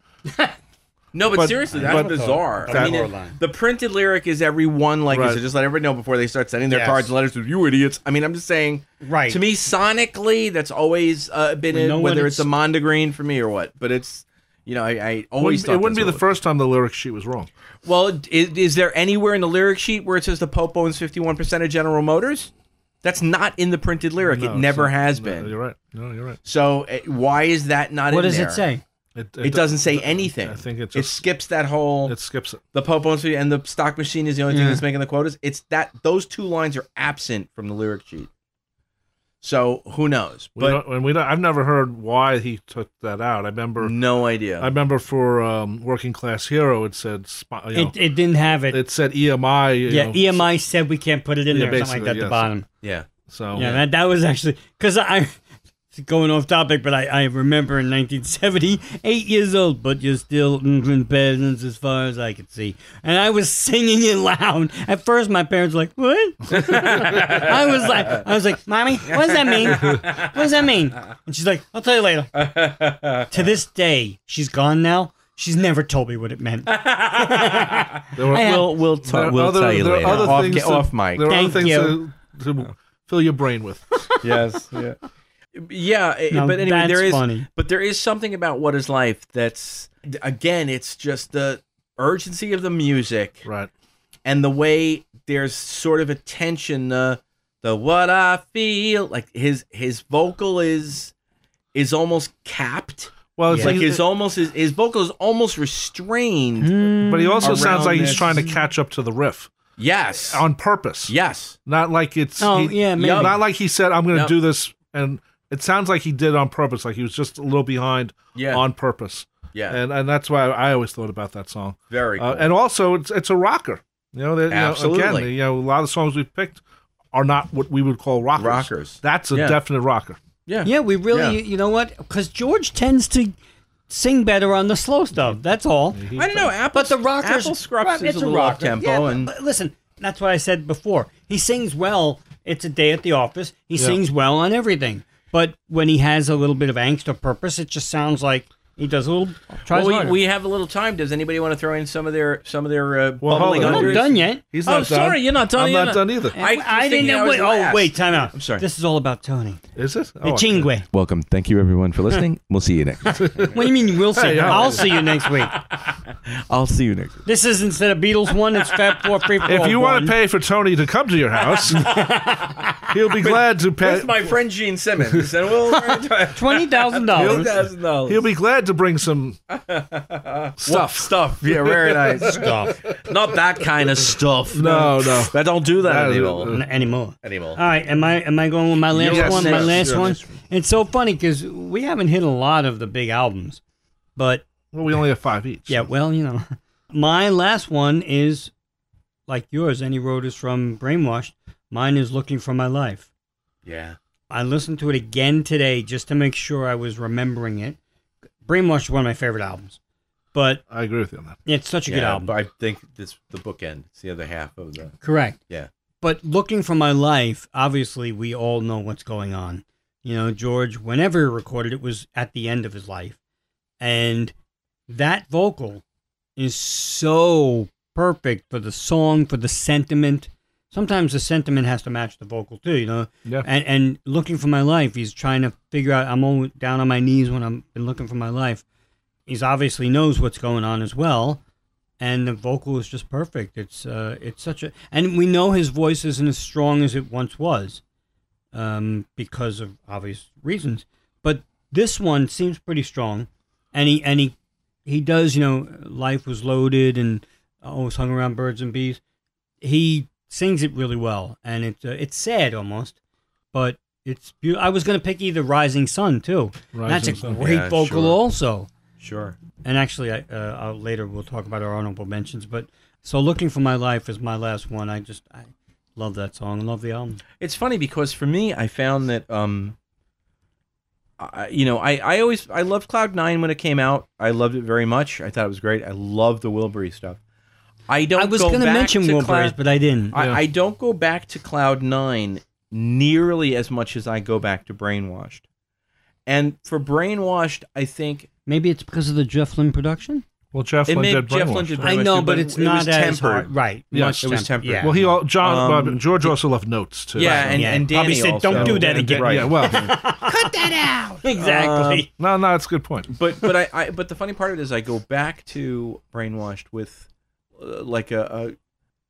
Speaker 5: No, but,
Speaker 2: But-
Speaker 5: seriously,
Speaker 2: I
Speaker 5: that's
Speaker 2: never
Speaker 4: thought
Speaker 5: bizarre.
Speaker 4: of
Speaker 5: I
Speaker 4: that
Speaker 5: mean,
Speaker 4: horror
Speaker 5: it-
Speaker 4: line.
Speaker 5: the printed lyric is every one like
Speaker 2: Right.
Speaker 5: so just let everybody know before they start sending their
Speaker 4: Yes.
Speaker 5: cards and letters to you idiots. I mean, I'm just saying.
Speaker 4: Right.
Speaker 5: To me, sonically, that's always uh, been
Speaker 4: We
Speaker 5: it,
Speaker 4: know what
Speaker 5: whether it's, a
Speaker 4: it's-
Speaker 5: Mondegreen for me or what. But it's you know I, I
Speaker 2: wouldn't-
Speaker 5: always
Speaker 2: it
Speaker 5: thought
Speaker 2: wouldn't be
Speaker 5: that's
Speaker 2: the
Speaker 5: what
Speaker 2: first time the lyric sheet was wrong.
Speaker 5: it was. Well, i- is, there anywhere in the lyric sheet where it says the Pope owns 51 percent of General Motors? That's not in the printed lyric.
Speaker 2: No,
Speaker 5: it
Speaker 2: it's
Speaker 5: never
Speaker 2: not-
Speaker 5: has
Speaker 2: no,
Speaker 5: been.
Speaker 2: You're right. No, you're right.
Speaker 5: So uh, why is that not?
Speaker 4: What
Speaker 5: in
Speaker 4: does
Speaker 5: there?
Speaker 4: it say?
Speaker 5: It, doesn't say
Speaker 2: it-
Speaker 5: anything.
Speaker 2: I think it
Speaker 5: it
Speaker 2: just
Speaker 5: skips that whole.
Speaker 2: it skips it.
Speaker 5: the Pope owns me and the stock machine is the only thing
Speaker 4: Yeah.
Speaker 5: that's making the quotas. It's that those two lines are absent from the lyric sheet. So who knows?
Speaker 2: We
Speaker 5: But
Speaker 2: don't, and we don't, I've never heard why he took that out. I remember
Speaker 5: no idea.
Speaker 2: I remember for um, Working Class Hero, it said spo- you know,
Speaker 4: It, it didn't have
Speaker 2: it,
Speaker 4: it.
Speaker 2: said EMI. you
Speaker 4: yeah,
Speaker 2: know,
Speaker 5: E
Speaker 4: EMI said we can't put it in
Speaker 2: Yeah,
Speaker 4: there, or
Speaker 2: basically,
Speaker 4: something like that. At
Speaker 2: yes.
Speaker 4: the bottom.
Speaker 5: yeah.
Speaker 2: So
Speaker 4: Yeah, that that was actually because I. Going off topic, but I, I remember in 1970, eight years old, but you're still England peasants as far as I could see. And I was singing it loud. At first, my parents were like, "What?" I was like, "I was like, mommy, what does that mean? What does that mean?" And she's like, "I'll tell you later." to this day, she's gone now. She's never told me what it meant.
Speaker 2: there were,
Speaker 4: I had- We'll-
Speaker 5: we'll
Speaker 2: there are other, there are other things to- There are
Speaker 4: Thank
Speaker 2: other things
Speaker 4: you.
Speaker 2: To, to fill your brain with.
Speaker 5: yes. Yeah. Yeah. it-
Speaker 4: Now,
Speaker 5: but anyway,
Speaker 4: that's
Speaker 5: there is.
Speaker 4: funny.
Speaker 5: But there is something about what is life that's again. It's just the urgency of the music.
Speaker 2: right.
Speaker 5: and the way there's sort of a tension the the what i feel like his his vocal is is almost capped
Speaker 2: Well, it's
Speaker 5: like
Speaker 2: like,
Speaker 5: his almost his, his vocal is almost restrained
Speaker 2: but he also
Speaker 5: around
Speaker 2: sounds like
Speaker 5: this-
Speaker 2: he's trying to catch up to the riff
Speaker 5: yes
Speaker 2: on purpose.
Speaker 5: yes
Speaker 2: Not like it's.
Speaker 4: Oh,
Speaker 2: he-
Speaker 4: yeah, maybe.
Speaker 2: Not like he said, "I'm going to
Speaker 5: Yep.
Speaker 2: do this," and it sounds like he did on purpose. Like he was just a little behind
Speaker 5: yeah
Speaker 2: on purpose,
Speaker 5: yeah
Speaker 2: and and that's why I always thought about that song.
Speaker 5: very cool.
Speaker 2: Uh, and also, it's it's a rocker. You know, that- you know, again,
Speaker 5: Absolutely.
Speaker 2: you know, a lot of the songs we picked are not what we would call rockers.
Speaker 5: Rockers.
Speaker 2: That's a
Speaker 5: Yeah.
Speaker 2: definite rocker.
Speaker 5: yeah
Speaker 4: Yeah, we really,
Speaker 5: Yeah.
Speaker 4: you, you know what? Because George tends to sing better on the slow stuff. That's all.
Speaker 5: i don't know apple
Speaker 4: But the rockers,
Speaker 5: apple scrubs
Speaker 4: Right,
Speaker 5: is a little off tempo
Speaker 4: Yeah, but-
Speaker 5: and
Speaker 4: but listen, that's what I said before. He sings well. It's a day at the office. He sings well on everything. But when he has a little bit of angst or purpose, it just sounds like He does a little. Tries
Speaker 5: Well, we,
Speaker 4: harder.
Speaker 5: we have a little time. Does anybody want to throw in some of their some of their uh,
Speaker 2: Well,
Speaker 5: bubbling
Speaker 2: hold
Speaker 4: I'm
Speaker 2: on.
Speaker 4: not
Speaker 5: unders?
Speaker 4: done yet.
Speaker 2: He's
Speaker 3: Oh,
Speaker 2: not done.
Speaker 3: sorry, you're not done.
Speaker 2: I'm
Speaker 3: You're
Speaker 2: not done either.
Speaker 5: I was thinking that was
Speaker 4: Wait,
Speaker 5: the
Speaker 4: oh,
Speaker 5: last.
Speaker 4: wait, time out.
Speaker 5: I'm sorry.
Speaker 4: This is all about Tony.
Speaker 2: Is it?
Speaker 4: The
Speaker 2: Oh, okay.
Speaker 4: Chingwe.
Speaker 6: Welcome. Thank you, everyone, for listening. we'll see you next.
Speaker 4: What do you mean we'll see?
Speaker 2: Hey, yeah.
Speaker 4: I'll see you next week.
Speaker 6: I'll see you next.
Speaker 4: This is instead of Beatles one, it's Fab Four Free For
Speaker 2: If
Speaker 4: All
Speaker 2: you
Speaker 4: one.
Speaker 2: want to pay for Tony to come to your house, he'll be glad to pay.
Speaker 5: That's my friend Gene Simmons, and we'll
Speaker 4: twenty thousand dollars,
Speaker 5: thousand
Speaker 2: He'll
Speaker 5: dollars.
Speaker 2: be glad to bring some
Speaker 5: Stuff, stuff. Yeah, very nice stuff. Not that kind of stuff.
Speaker 2: No, no.
Speaker 5: I don't do that
Speaker 2: That is-
Speaker 5: anymore.
Speaker 4: N- anymore.
Speaker 5: Anymore.
Speaker 4: All right, am I am I going with my last
Speaker 2: Yes,
Speaker 4: one? my
Speaker 2: yes,
Speaker 4: last
Speaker 2: yes.
Speaker 4: one. It's so funny because we haven't hit a lot of the big albums, but
Speaker 2: Well, we only have five each.
Speaker 4: yeah, well, you know, my last one is like yours. Any road is from Brainwashed. Mine is Looking for My Life.
Speaker 5: yeah.
Speaker 4: I listened to it again today just to make sure I was remembering it. Brainwash is one of my favorite albums, but
Speaker 2: I agree with you on that.
Speaker 4: it's such a good
Speaker 5: Yeah,
Speaker 4: album.
Speaker 5: but I think this the bookend. It's the other half of the.
Speaker 4: Correct.
Speaker 5: Yeah.
Speaker 4: But looking for my life, obviously, we all know what's going on. You know, George, whenever he recorded it, was at the end of his life. And that vocal is so perfect for the song, for the sentiment. Sometimes the sentiment has to match the vocal too, you know.
Speaker 2: Yeah.
Speaker 4: And and looking for my life, he's trying to figure out. I'm always down on my knees when I'm been looking for my life. He's obviously knows what's going on as well, and the vocal is just perfect. It's uh, it's such a, and we know his voice isn't as strong as it once was, um, because of obvious reasons. But this one seems pretty strong, and he and he he does. You know, life was loaded and uh, always hung around birds and bees. He sings it really well, and it's uh, it's sad almost, but it's beautiful. I was gonna pick either Rising Sun too. That's
Speaker 2: Rising
Speaker 4: a
Speaker 2: Sun.
Speaker 4: great
Speaker 5: Yeah,
Speaker 4: vocal
Speaker 5: sure.
Speaker 4: also.
Speaker 5: Sure.
Speaker 4: And actually, I, uh, I'll, later we'll talk about our honorable mentions. But so, looking for my life is my last one. I just I love that song. I love the album.
Speaker 5: It's funny because for me, I found that um, I, you know, I I always I loved Cloud Nine when it came out. I loved it very much. I thought it was great. I loved the Wilbury stuff. I don't.
Speaker 4: I was
Speaker 5: going
Speaker 4: going to mention Wilburys, but I didn't.
Speaker 5: I,
Speaker 2: Yeah.
Speaker 5: I don't go back to Cloud Nine nearly as much as I go back to Brainwashed. And for Brainwashed, I think
Speaker 4: Maybe it's because of the Jeff Lynne production.
Speaker 2: Well, Jeff
Speaker 5: It
Speaker 2: Lynne
Speaker 5: made-
Speaker 2: did
Speaker 5: Jeff
Speaker 2: Brainwash.
Speaker 5: Lynne did
Speaker 4: I
Speaker 5: Brainwashed
Speaker 4: know, but
Speaker 5: too, but
Speaker 4: it's
Speaker 5: it was
Speaker 4: not as
Speaker 5: tempered.
Speaker 4: hard. right?
Speaker 2: Yes,
Speaker 4: much
Speaker 5: it
Speaker 4: tempered.
Speaker 5: was tempered.
Speaker 4: Yeah.
Speaker 2: Well, he all, John
Speaker 5: Um,
Speaker 2: uh, George also left notes too.
Speaker 5: Yeah,
Speaker 2: so-
Speaker 5: and,
Speaker 4: Yeah.
Speaker 5: and Danny
Speaker 4: Probably said,
Speaker 5: also.
Speaker 4: "Don't do that
Speaker 5: And
Speaker 4: again."
Speaker 5: Danny-
Speaker 2: Yeah, well,
Speaker 5: Um,
Speaker 4: exactly.
Speaker 2: no, no, that's a good point.
Speaker 5: but but I, I but the funny part of it is I go back to brainwashed with uh, like a,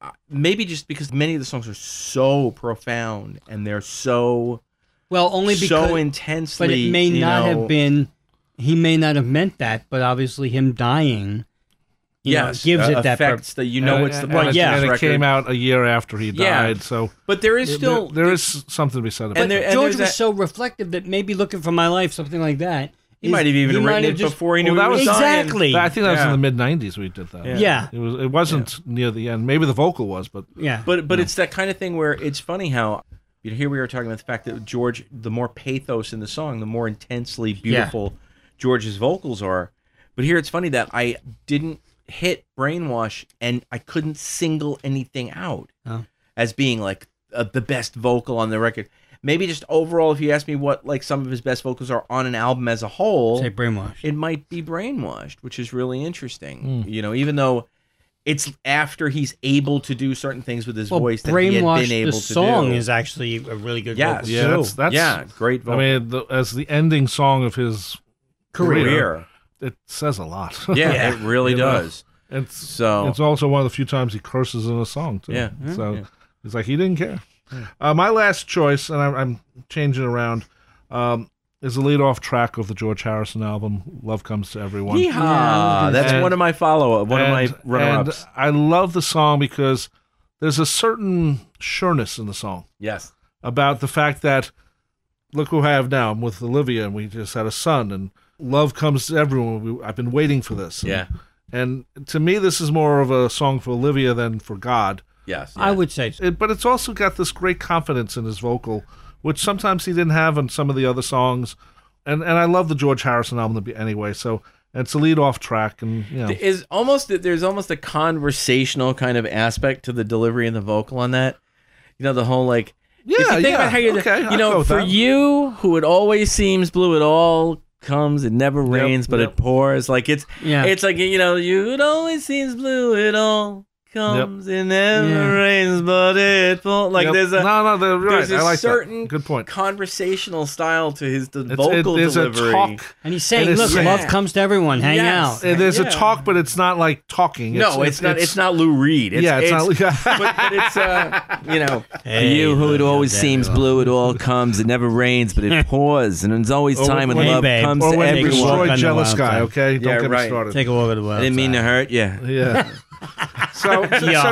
Speaker 5: a uh, maybe just because many of the songs are so profound and they're so
Speaker 4: well, only because
Speaker 5: so intensely
Speaker 4: but it may
Speaker 5: you
Speaker 4: not
Speaker 5: know-
Speaker 4: have been. He may not have meant that, but obviously, him dying, you know,
Speaker 5: yes
Speaker 4: gives
Speaker 5: uh,
Speaker 4: it that. pur-
Speaker 5: affects that you know
Speaker 2: And-
Speaker 5: it's the
Speaker 2: and- and
Speaker 5: point of
Speaker 2: it-
Speaker 4: yeah.
Speaker 5: this
Speaker 2: and it
Speaker 5: record.
Speaker 2: came out a year after he
Speaker 5: Yeah.
Speaker 2: died, so
Speaker 5: but there is
Speaker 2: there-
Speaker 5: still
Speaker 2: there is something to be said about.
Speaker 5: and there,
Speaker 2: it.
Speaker 5: and
Speaker 4: George
Speaker 5: there's
Speaker 4: was
Speaker 5: that,
Speaker 4: so reflective that maybe looking for my life, something like that.
Speaker 5: he
Speaker 4: is-
Speaker 5: might have even
Speaker 4: might
Speaker 5: written
Speaker 4: have
Speaker 5: it
Speaker 4: just-
Speaker 5: before he knew
Speaker 2: Well,
Speaker 5: he
Speaker 2: that
Speaker 5: was
Speaker 2: was-
Speaker 5: dying.
Speaker 4: Exactly.
Speaker 2: I think that was
Speaker 5: Yeah.
Speaker 2: in the mid '90s we did that.
Speaker 5: Yeah.
Speaker 4: Yeah.
Speaker 2: it was. It wasn't near the end. Maybe the vocal was, but
Speaker 4: Yeah.
Speaker 5: But but it's that kind of thing where it's funny how you know, here we are talking about the fact that George, the more pathos in the song, the more intensely beautiful George's vocals are. But here it's funny that I didn't hit brainwash and I couldn't single anything out
Speaker 4: Oh.
Speaker 5: as being like uh, the best vocal on the record. Maybe just overall, if you ask me what like some of his best vocals are on an album as a whole,
Speaker 4: say brainwash.
Speaker 5: it might be brainwashed, which is really
Speaker 4: Hmm.
Speaker 5: interesting. You know, even though it's after he's able to do certain things with his
Speaker 4: Well,
Speaker 5: voice that he had
Speaker 4: brainwash.
Speaker 5: been able
Speaker 4: the
Speaker 5: to
Speaker 4: song
Speaker 5: do.
Speaker 4: is actually a really good.
Speaker 5: Yes.
Speaker 4: vocal
Speaker 2: yeah,
Speaker 4: too.
Speaker 2: that's, that's
Speaker 5: yeah, great
Speaker 2: I
Speaker 5: vocal
Speaker 2: mean, the, as the ending song of his
Speaker 5: career.
Speaker 2: it says a lot.
Speaker 5: Yeah, it really
Speaker 2: You know?
Speaker 5: does.
Speaker 2: it's
Speaker 5: So
Speaker 2: it's also one of the few times he curses in a song too.
Speaker 5: Yeah.
Speaker 2: so
Speaker 5: Yeah.
Speaker 2: it's like he didn't care. Uh, my last choice, and I'm, I'm changing around, um, is the lead-off track of the George Harrison album "Love Comes to Everyone."
Speaker 5: yeehaw! that's
Speaker 2: And-
Speaker 5: one of my follow up, one
Speaker 2: and,
Speaker 5: of my runner ups.
Speaker 2: and I love the song because there's a certain sureness in the song
Speaker 5: Yes.
Speaker 2: about the fact that look who I have now. I'm with Olivia, and we just had a son, and love comes to everyone. We, I've been waiting for this.
Speaker 5: Yeah.
Speaker 2: And to me, this is more of a song for Olivia than for God.
Speaker 5: Yes.
Speaker 4: I would say so.
Speaker 2: It, but it's also got this great confidence in his vocal, which sometimes he didn't have on some of the other songs. And and I love the George Harrison album anyway. So and it's a lead off track, and you know,
Speaker 5: is almost there's almost a conversational kind of aspect to the delivery and the vocal on that. You know, the whole like
Speaker 2: yeah,
Speaker 5: if you think
Speaker 2: yeah.
Speaker 5: about how you're,
Speaker 2: okay,
Speaker 5: you
Speaker 2: I'll go
Speaker 5: know,
Speaker 2: with
Speaker 5: for
Speaker 2: that.
Speaker 5: you who it always seems blue at all comes, it never rains, but
Speaker 2: yep.
Speaker 5: it pours. Like it's
Speaker 4: Yeah.
Speaker 5: it's like you know, you it always seems blue, it all comes, it never
Speaker 4: Yeah.
Speaker 5: rains, but it pours. Like
Speaker 2: Yep.
Speaker 5: there's a
Speaker 2: no, no. they're Right.
Speaker 5: there's a
Speaker 2: I like that.
Speaker 5: certain
Speaker 2: Good point.
Speaker 5: conversational style to his the
Speaker 2: It's- it-
Speaker 5: vocal
Speaker 2: there's
Speaker 5: delivery.
Speaker 2: a talk.
Speaker 4: and he's saying,
Speaker 2: And it's
Speaker 4: look,
Speaker 2: saying-
Speaker 4: love comes to everyone. Hang out.
Speaker 5: Yes.
Speaker 2: and There's
Speaker 5: Yeah.
Speaker 2: a talk, but it's not like talking.
Speaker 5: no, it's, not. It's, not Lou Reed. It's,
Speaker 2: yeah, it's, not.
Speaker 5: it's-
Speaker 2: Yeah.
Speaker 5: but, but it's uh, you know,
Speaker 6: you who it always seems blue, it all comes. It never rains, but it pours, and it's always
Speaker 2: Or
Speaker 6: time when
Speaker 4: when-
Speaker 6: love
Speaker 4: Hey, babe.
Speaker 6: comes
Speaker 2: or
Speaker 6: to
Speaker 2: Oh, when
Speaker 4: everyone.
Speaker 2: destroy
Speaker 4: Walk on the
Speaker 2: jealous
Speaker 4: wild
Speaker 2: guy.
Speaker 4: side.
Speaker 2: Okay, don't
Speaker 5: Yeah,
Speaker 2: get me
Speaker 5: right.
Speaker 2: started.
Speaker 4: Take a look at the world.
Speaker 6: I didn't mean to hurt you.
Speaker 2: Yeah. So, so,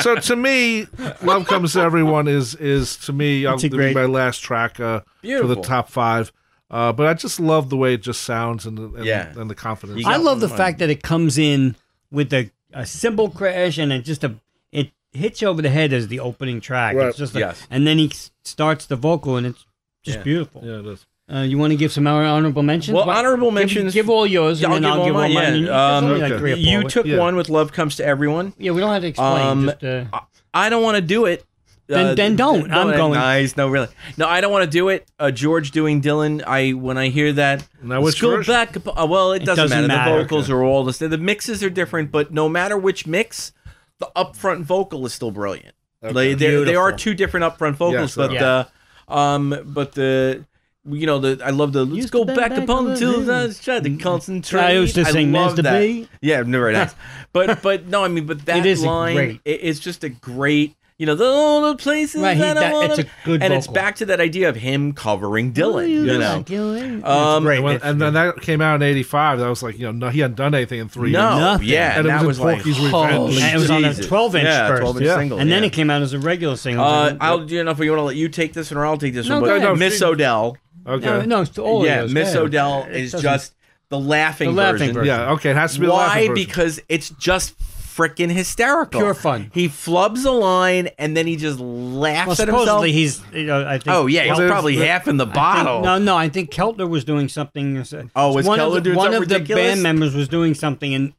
Speaker 2: so to me, "Love Comes to Everyone" is is to me I'll
Speaker 4: It's a
Speaker 2: give you
Speaker 4: great-
Speaker 2: my last track uh, for the
Speaker 5: Beautiful.
Speaker 2: top five. Uh, but I just love the way it just sounds and the, and,
Speaker 5: Yeah.
Speaker 2: and the confidence.
Speaker 5: You
Speaker 4: I
Speaker 5: got
Speaker 4: love
Speaker 5: one
Speaker 4: the
Speaker 5: line.
Speaker 4: fact that it comes in with a, a cymbal crash and it just a it hits you over the head as the opening track.
Speaker 2: Right.
Speaker 4: It's just a,
Speaker 5: Yes.
Speaker 4: and then he s- starts the vocal and it's just
Speaker 5: Yeah.
Speaker 4: beautiful.
Speaker 2: yeah, it is.
Speaker 4: Uh, you want to give some honor- honorable mentions?
Speaker 5: Well,
Speaker 4: Why-
Speaker 5: honorable
Speaker 4: give-
Speaker 5: mentions-
Speaker 4: Give, all yours,
Speaker 5: Yeah,
Speaker 4: and then
Speaker 5: I'll
Speaker 4: I'll
Speaker 5: give
Speaker 4: give
Speaker 5: all
Speaker 4: all
Speaker 5: mine,
Speaker 4: mine.
Speaker 5: yeah.
Speaker 4: You- there's only like
Speaker 2: Um,
Speaker 4: three or
Speaker 5: you
Speaker 4: four.
Speaker 5: took
Speaker 2: Yeah.
Speaker 5: one with "Love Comes to Everyone."
Speaker 4: yeah, we don't have to explain.
Speaker 5: Um,
Speaker 4: just, uh,
Speaker 5: I don't want to do it.
Speaker 4: Then- then don't.
Speaker 5: no,
Speaker 4: I'm
Speaker 5: no,
Speaker 4: going.
Speaker 5: Nice. No, really. No, I don't want to do it. Uh, George doing Dylan. I when I hear that.
Speaker 2: Now, which
Speaker 5: school
Speaker 2: version?
Speaker 5: back. Uh, well, it, doesn't,
Speaker 4: doesn't
Speaker 5: matter.
Speaker 4: matter.
Speaker 5: The vocals are all the same. The mixes are different, but no matter which mix, the upfront vocal is still brilliant. Like, there, there are
Speaker 2: Beautiful.
Speaker 5: two different upfront vocals,
Speaker 2: Yes, there
Speaker 5: but uh, um, but the. You know the I love the let's
Speaker 4: Used
Speaker 5: go
Speaker 4: to
Speaker 5: back,
Speaker 4: back
Speaker 5: upon
Speaker 4: of
Speaker 5: the
Speaker 4: the
Speaker 5: till
Speaker 4: hill.
Speaker 5: that's tried to concentrate.
Speaker 4: Mm-hmm. I used to sing
Speaker 5: love
Speaker 4: Mr.
Speaker 5: that.
Speaker 4: B.
Speaker 5: Yeah, no, very nice. But but no, I mean, but that
Speaker 4: It is a
Speaker 5: line,
Speaker 4: great-
Speaker 5: It, it's just a great, you know, the all the places
Speaker 4: Right, he-
Speaker 5: that I
Speaker 4: that-
Speaker 5: want
Speaker 4: it's a good
Speaker 5: and it's
Speaker 4: vocal.
Speaker 5: back to that idea of him covering Dylan. You know,
Speaker 4: Dylan.
Speaker 5: um,
Speaker 4: great.
Speaker 2: And, when, and then that came out in '85. That was like you know no, he hadn't done anything in three
Speaker 5: no,
Speaker 2: years.
Speaker 4: Nothing. Oh,
Speaker 5: yeah,
Speaker 2: And it
Speaker 5: that
Speaker 2: was
Speaker 5: was
Speaker 2: in
Speaker 5: like
Speaker 2: Porky's Revenge.
Speaker 5: holy
Speaker 4: And it was on a
Speaker 5: Oh, Jesus.
Speaker 4: 12-inch
Speaker 5: yeah,
Speaker 4: first.
Speaker 5: 12 inch
Speaker 2: Yeah.
Speaker 5: single,
Speaker 4: and then
Speaker 5: yeah.
Speaker 4: it came out as a regular single.
Speaker 5: Uh, I'll do enough. You want to let you take this one, or I'll take this
Speaker 4: No,
Speaker 5: one.
Speaker 4: go
Speaker 5: But
Speaker 4: ahead.
Speaker 5: Miss Odell,
Speaker 2: Okay.
Speaker 4: no, no, it's to all
Speaker 5: yeah,
Speaker 4: of yours.
Speaker 5: Miss
Speaker 4: go ahead.
Speaker 5: Odell
Speaker 4: It
Speaker 5: is
Speaker 4: doesn't-
Speaker 5: just the laughing,
Speaker 4: The laughing version.
Speaker 2: Yeah. Okay. It has to be the
Speaker 5: Why?
Speaker 2: laughing version.
Speaker 5: Because it's just freaking hysterical.
Speaker 4: Pure fun.
Speaker 5: He flubs a line and then he just laughs
Speaker 4: Well,
Speaker 5: at himself.
Speaker 4: supposedly he's. You know, I think.
Speaker 5: oh yeah, he's
Speaker 2: there's
Speaker 5: probably
Speaker 2: the-
Speaker 5: half in the
Speaker 4: I think-
Speaker 5: bottle.
Speaker 4: No, no, I think Keltner was doing something. or so-
Speaker 5: Oh, was
Speaker 4: one
Speaker 5: Keltner
Speaker 4: of the,
Speaker 5: doing
Speaker 4: one
Speaker 5: something
Speaker 4: of the
Speaker 5: ridiculous?
Speaker 4: band members was doing something, and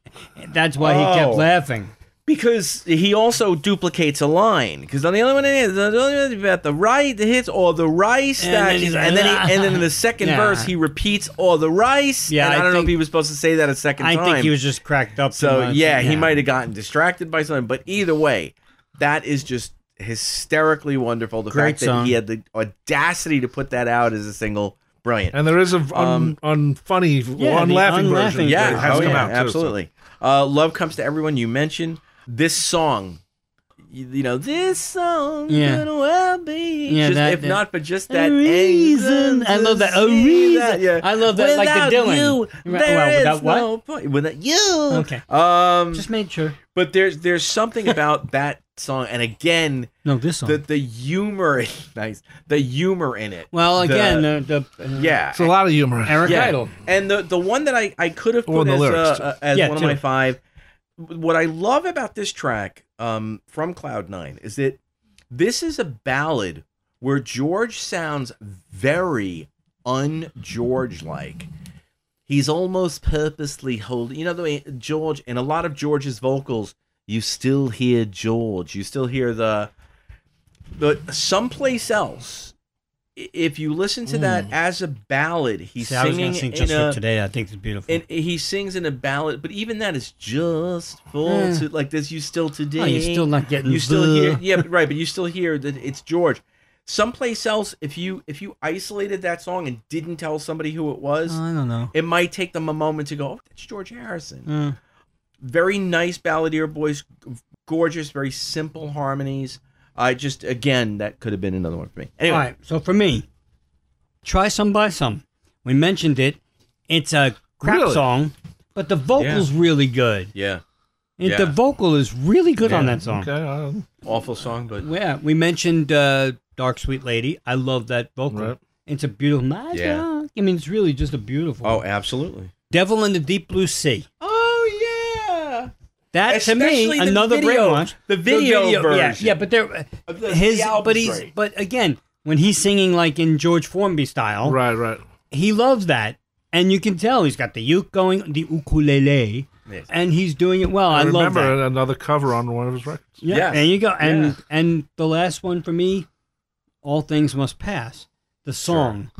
Speaker 4: that's why he kept
Speaker 5: Oh.
Speaker 4: laughing.
Speaker 5: Because he also duplicates a line. Because on the other one, it is about the right the hits or the rice
Speaker 4: And
Speaker 5: that,
Speaker 4: then he's like,
Speaker 5: and then he, and then in the
Speaker 4: "Ah."
Speaker 5: second
Speaker 4: Yeah.
Speaker 5: verse he repeats all the rice.
Speaker 4: Yeah,
Speaker 5: and I,
Speaker 4: I
Speaker 5: don't know if
Speaker 4: think-
Speaker 5: he was supposed to say that a second
Speaker 4: I
Speaker 5: time.
Speaker 4: think he was just cracked up.
Speaker 5: so
Speaker 4: too much.
Speaker 5: yeah, he might have gotten distracted by something. But either way, that is just hysterically wonderful. The
Speaker 4: Great
Speaker 5: fact that
Speaker 4: song.
Speaker 5: he had the audacity to put that out as a single, brilliant.
Speaker 2: and there is a v- un, unfunny,
Speaker 4: Um, Yeah, the
Speaker 2: unlaughing version.
Speaker 4: unlaughing
Speaker 5: yeah,
Speaker 2: that has
Speaker 5: oh,
Speaker 2: come
Speaker 5: yeah,
Speaker 2: out too, so.
Speaker 5: absolutely. Uh, Love comes to everyone. You mentioned this song. You, you know this song
Speaker 4: Yeah.
Speaker 5: could well be.
Speaker 4: Yeah,
Speaker 5: just,
Speaker 4: that-
Speaker 5: if
Speaker 4: that-
Speaker 5: not for just
Speaker 4: A
Speaker 5: that
Speaker 4: reason.
Speaker 5: angle
Speaker 4: I love
Speaker 5: to
Speaker 4: that. A
Speaker 5: see
Speaker 4: reason.
Speaker 5: that, yeah.
Speaker 4: I love that, like the
Speaker 5: Without
Speaker 4: Dylan.
Speaker 5: You,
Speaker 4: Right,
Speaker 5: there
Speaker 4: well,
Speaker 5: is
Speaker 4: without what?
Speaker 5: no point. Without you.
Speaker 4: Okay.
Speaker 5: Um,
Speaker 4: Just made sure.
Speaker 5: but there's there's something about that song, and again,
Speaker 4: No, this song.
Speaker 5: the the humor. Nice. The humor in it.
Speaker 4: well, again, the, uh, the,
Speaker 5: Yeah.
Speaker 2: It's a lot of humor.
Speaker 4: Eric
Speaker 5: Yeah.
Speaker 4: Idle.
Speaker 5: And the the one that I, I could have
Speaker 2: Or
Speaker 5: put
Speaker 2: the
Speaker 5: as,
Speaker 2: lyrics,
Speaker 5: uh,
Speaker 2: too.
Speaker 5: uh, as
Speaker 4: Yeah,
Speaker 5: one
Speaker 4: too.
Speaker 5: of my five. What I love about this track um, from Cloud Nine is that this is a ballad where George sounds very un-George like. He's almost purposely holding. You know the way George and a lot of George's vocals, you still hear George. You still hear the the someplace else. i- If you listen to that as a ballad, he's
Speaker 4: Hmm. See, I was
Speaker 5: singing
Speaker 4: going to sing
Speaker 5: in
Speaker 4: just
Speaker 5: a,
Speaker 4: for today. I think it's beautiful.
Speaker 5: and he sings in a ballad, but even that is just full
Speaker 4: Yeah.
Speaker 5: to like this. You still today.
Speaker 4: Hmm. oh, you're still not getting.
Speaker 5: You still
Speaker 4: the-
Speaker 5: hear, yeah, but- right. But you still hear that it's George. Someplace else, if you if you isolated that song and didn't tell somebody who it was,
Speaker 4: Oh, I don't know.
Speaker 5: it might take them a moment to go, "Oh, that's George Harrison."
Speaker 4: Mm.
Speaker 5: Very nice balladeer voice, g- gorgeous, very simple harmonies. I just again that could have been another one for me. Anyway,
Speaker 4: All right. So for me, try some by some. We mentioned it. It's a crap
Speaker 2: Really?
Speaker 4: song, but the vocal's really good.
Speaker 5: yeah,
Speaker 4: It,
Speaker 5: Yeah.
Speaker 4: The vocal is really good on that song.
Speaker 2: Okay. um,
Speaker 5: awful song, but
Speaker 4: Yeah, we mentioned uh, "Dark Sweet Lady." I love that vocal.
Speaker 2: Right.
Speaker 4: It's a beautiful. My
Speaker 5: Yeah.
Speaker 4: God. I mean, it's really just a beautiful.
Speaker 5: oh, absolutely.
Speaker 4: "Devil in the Deep Blue Sea."
Speaker 5: Oh yeah.
Speaker 4: That
Speaker 5: Especially
Speaker 4: to
Speaker 5: the
Speaker 4: me another
Speaker 5: video-
Speaker 4: great one.
Speaker 5: the video version.
Speaker 4: Yeah, yeah but there
Speaker 5: Of the-
Speaker 4: his
Speaker 5: the album
Speaker 4: but he's
Speaker 5: straight.
Speaker 4: but again when he's singing like in George Formby style,
Speaker 2: Right. Right.
Speaker 4: he loves that, and you can tell he's got the uke going, the ukulele,
Speaker 5: Yes.
Speaker 4: and he's doing it well. I, love
Speaker 2: remember uh,
Speaker 4: that.
Speaker 2: another cover on one of his records.
Speaker 4: Yeah,
Speaker 5: Yes.
Speaker 4: there you go. And
Speaker 5: Yeah.
Speaker 4: and the last one for me, all things must pass. The song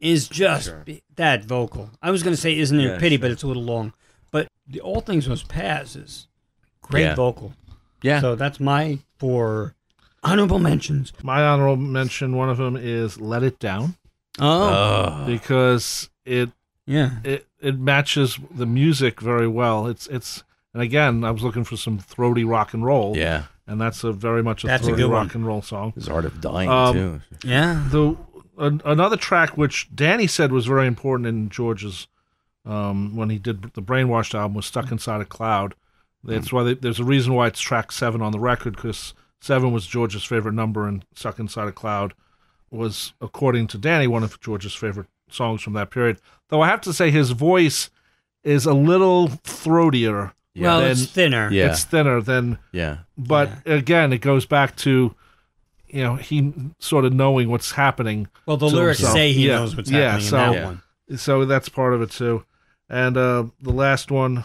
Speaker 4: is just
Speaker 5: Sure.
Speaker 4: be- that vocal. I was going to say isn't it a
Speaker 6: Yeah,
Speaker 4: pity,
Speaker 6: sure.
Speaker 4: but it's a little long. But the All Things Must Pass is great
Speaker 6: Yeah.
Speaker 4: vocal.
Speaker 6: Yeah.
Speaker 4: So that's my for honorable mentions.
Speaker 2: My honorable mention, one of them is "Let It Down"
Speaker 4: Oh,
Speaker 5: Uh,
Speaker 2: because it
Speaker 4: yeah.
Speaker 2: it it matches the music very well. It's it's and again, I was looking for some throaty rock and roll.
Speaker 6: yeah.
Speaker 2: and that's a very much a
Speaker 4: That's a
Speaker 2: throaty
Speaker 4: good one.
Speaker 2: rock and roll song.
Speaker 6: His art of dying
Speaker 2: Um,
Speaker 6: too.
Speaker 4: Yeah.
Speaker 2: The an, another track which Danny said was very important in George's um, when he did the Brainwashed album was "Stuck Inside a Cloud." That's why they, there's a reason why it's track seven on the record because seven was George's favorite number, and "Stuck Inside a Cloud" was, according to Danny, one of George's favorite songs from that period. Though I have to say his voice is a little throatier.
Speaker 4: well,
Speaker 2: than-
Speaker 4: it's thinner.
Speaker 6: Yeah.
Speaker 2: It's thinner than
Speaker 6: Yeah.
Speaker 2: But again, it goes back to, you know, he sort of knowing what's happening.
Speaker 4: Well, the
Speaker 2: To
Speaker 4: lyrics
Speaker 2: himself.
Speaker 4: say he
Speaker 2: Yeah.
Speaker 4: knows what's
Speaker 2: Yeah,
Speaker 4: happening
Speaker 2: so-
Speaker 4: in that
Speaker 6: Yeah.
Speaker 4: one.
Speaker 2: So that's part of it too. And uh, the last one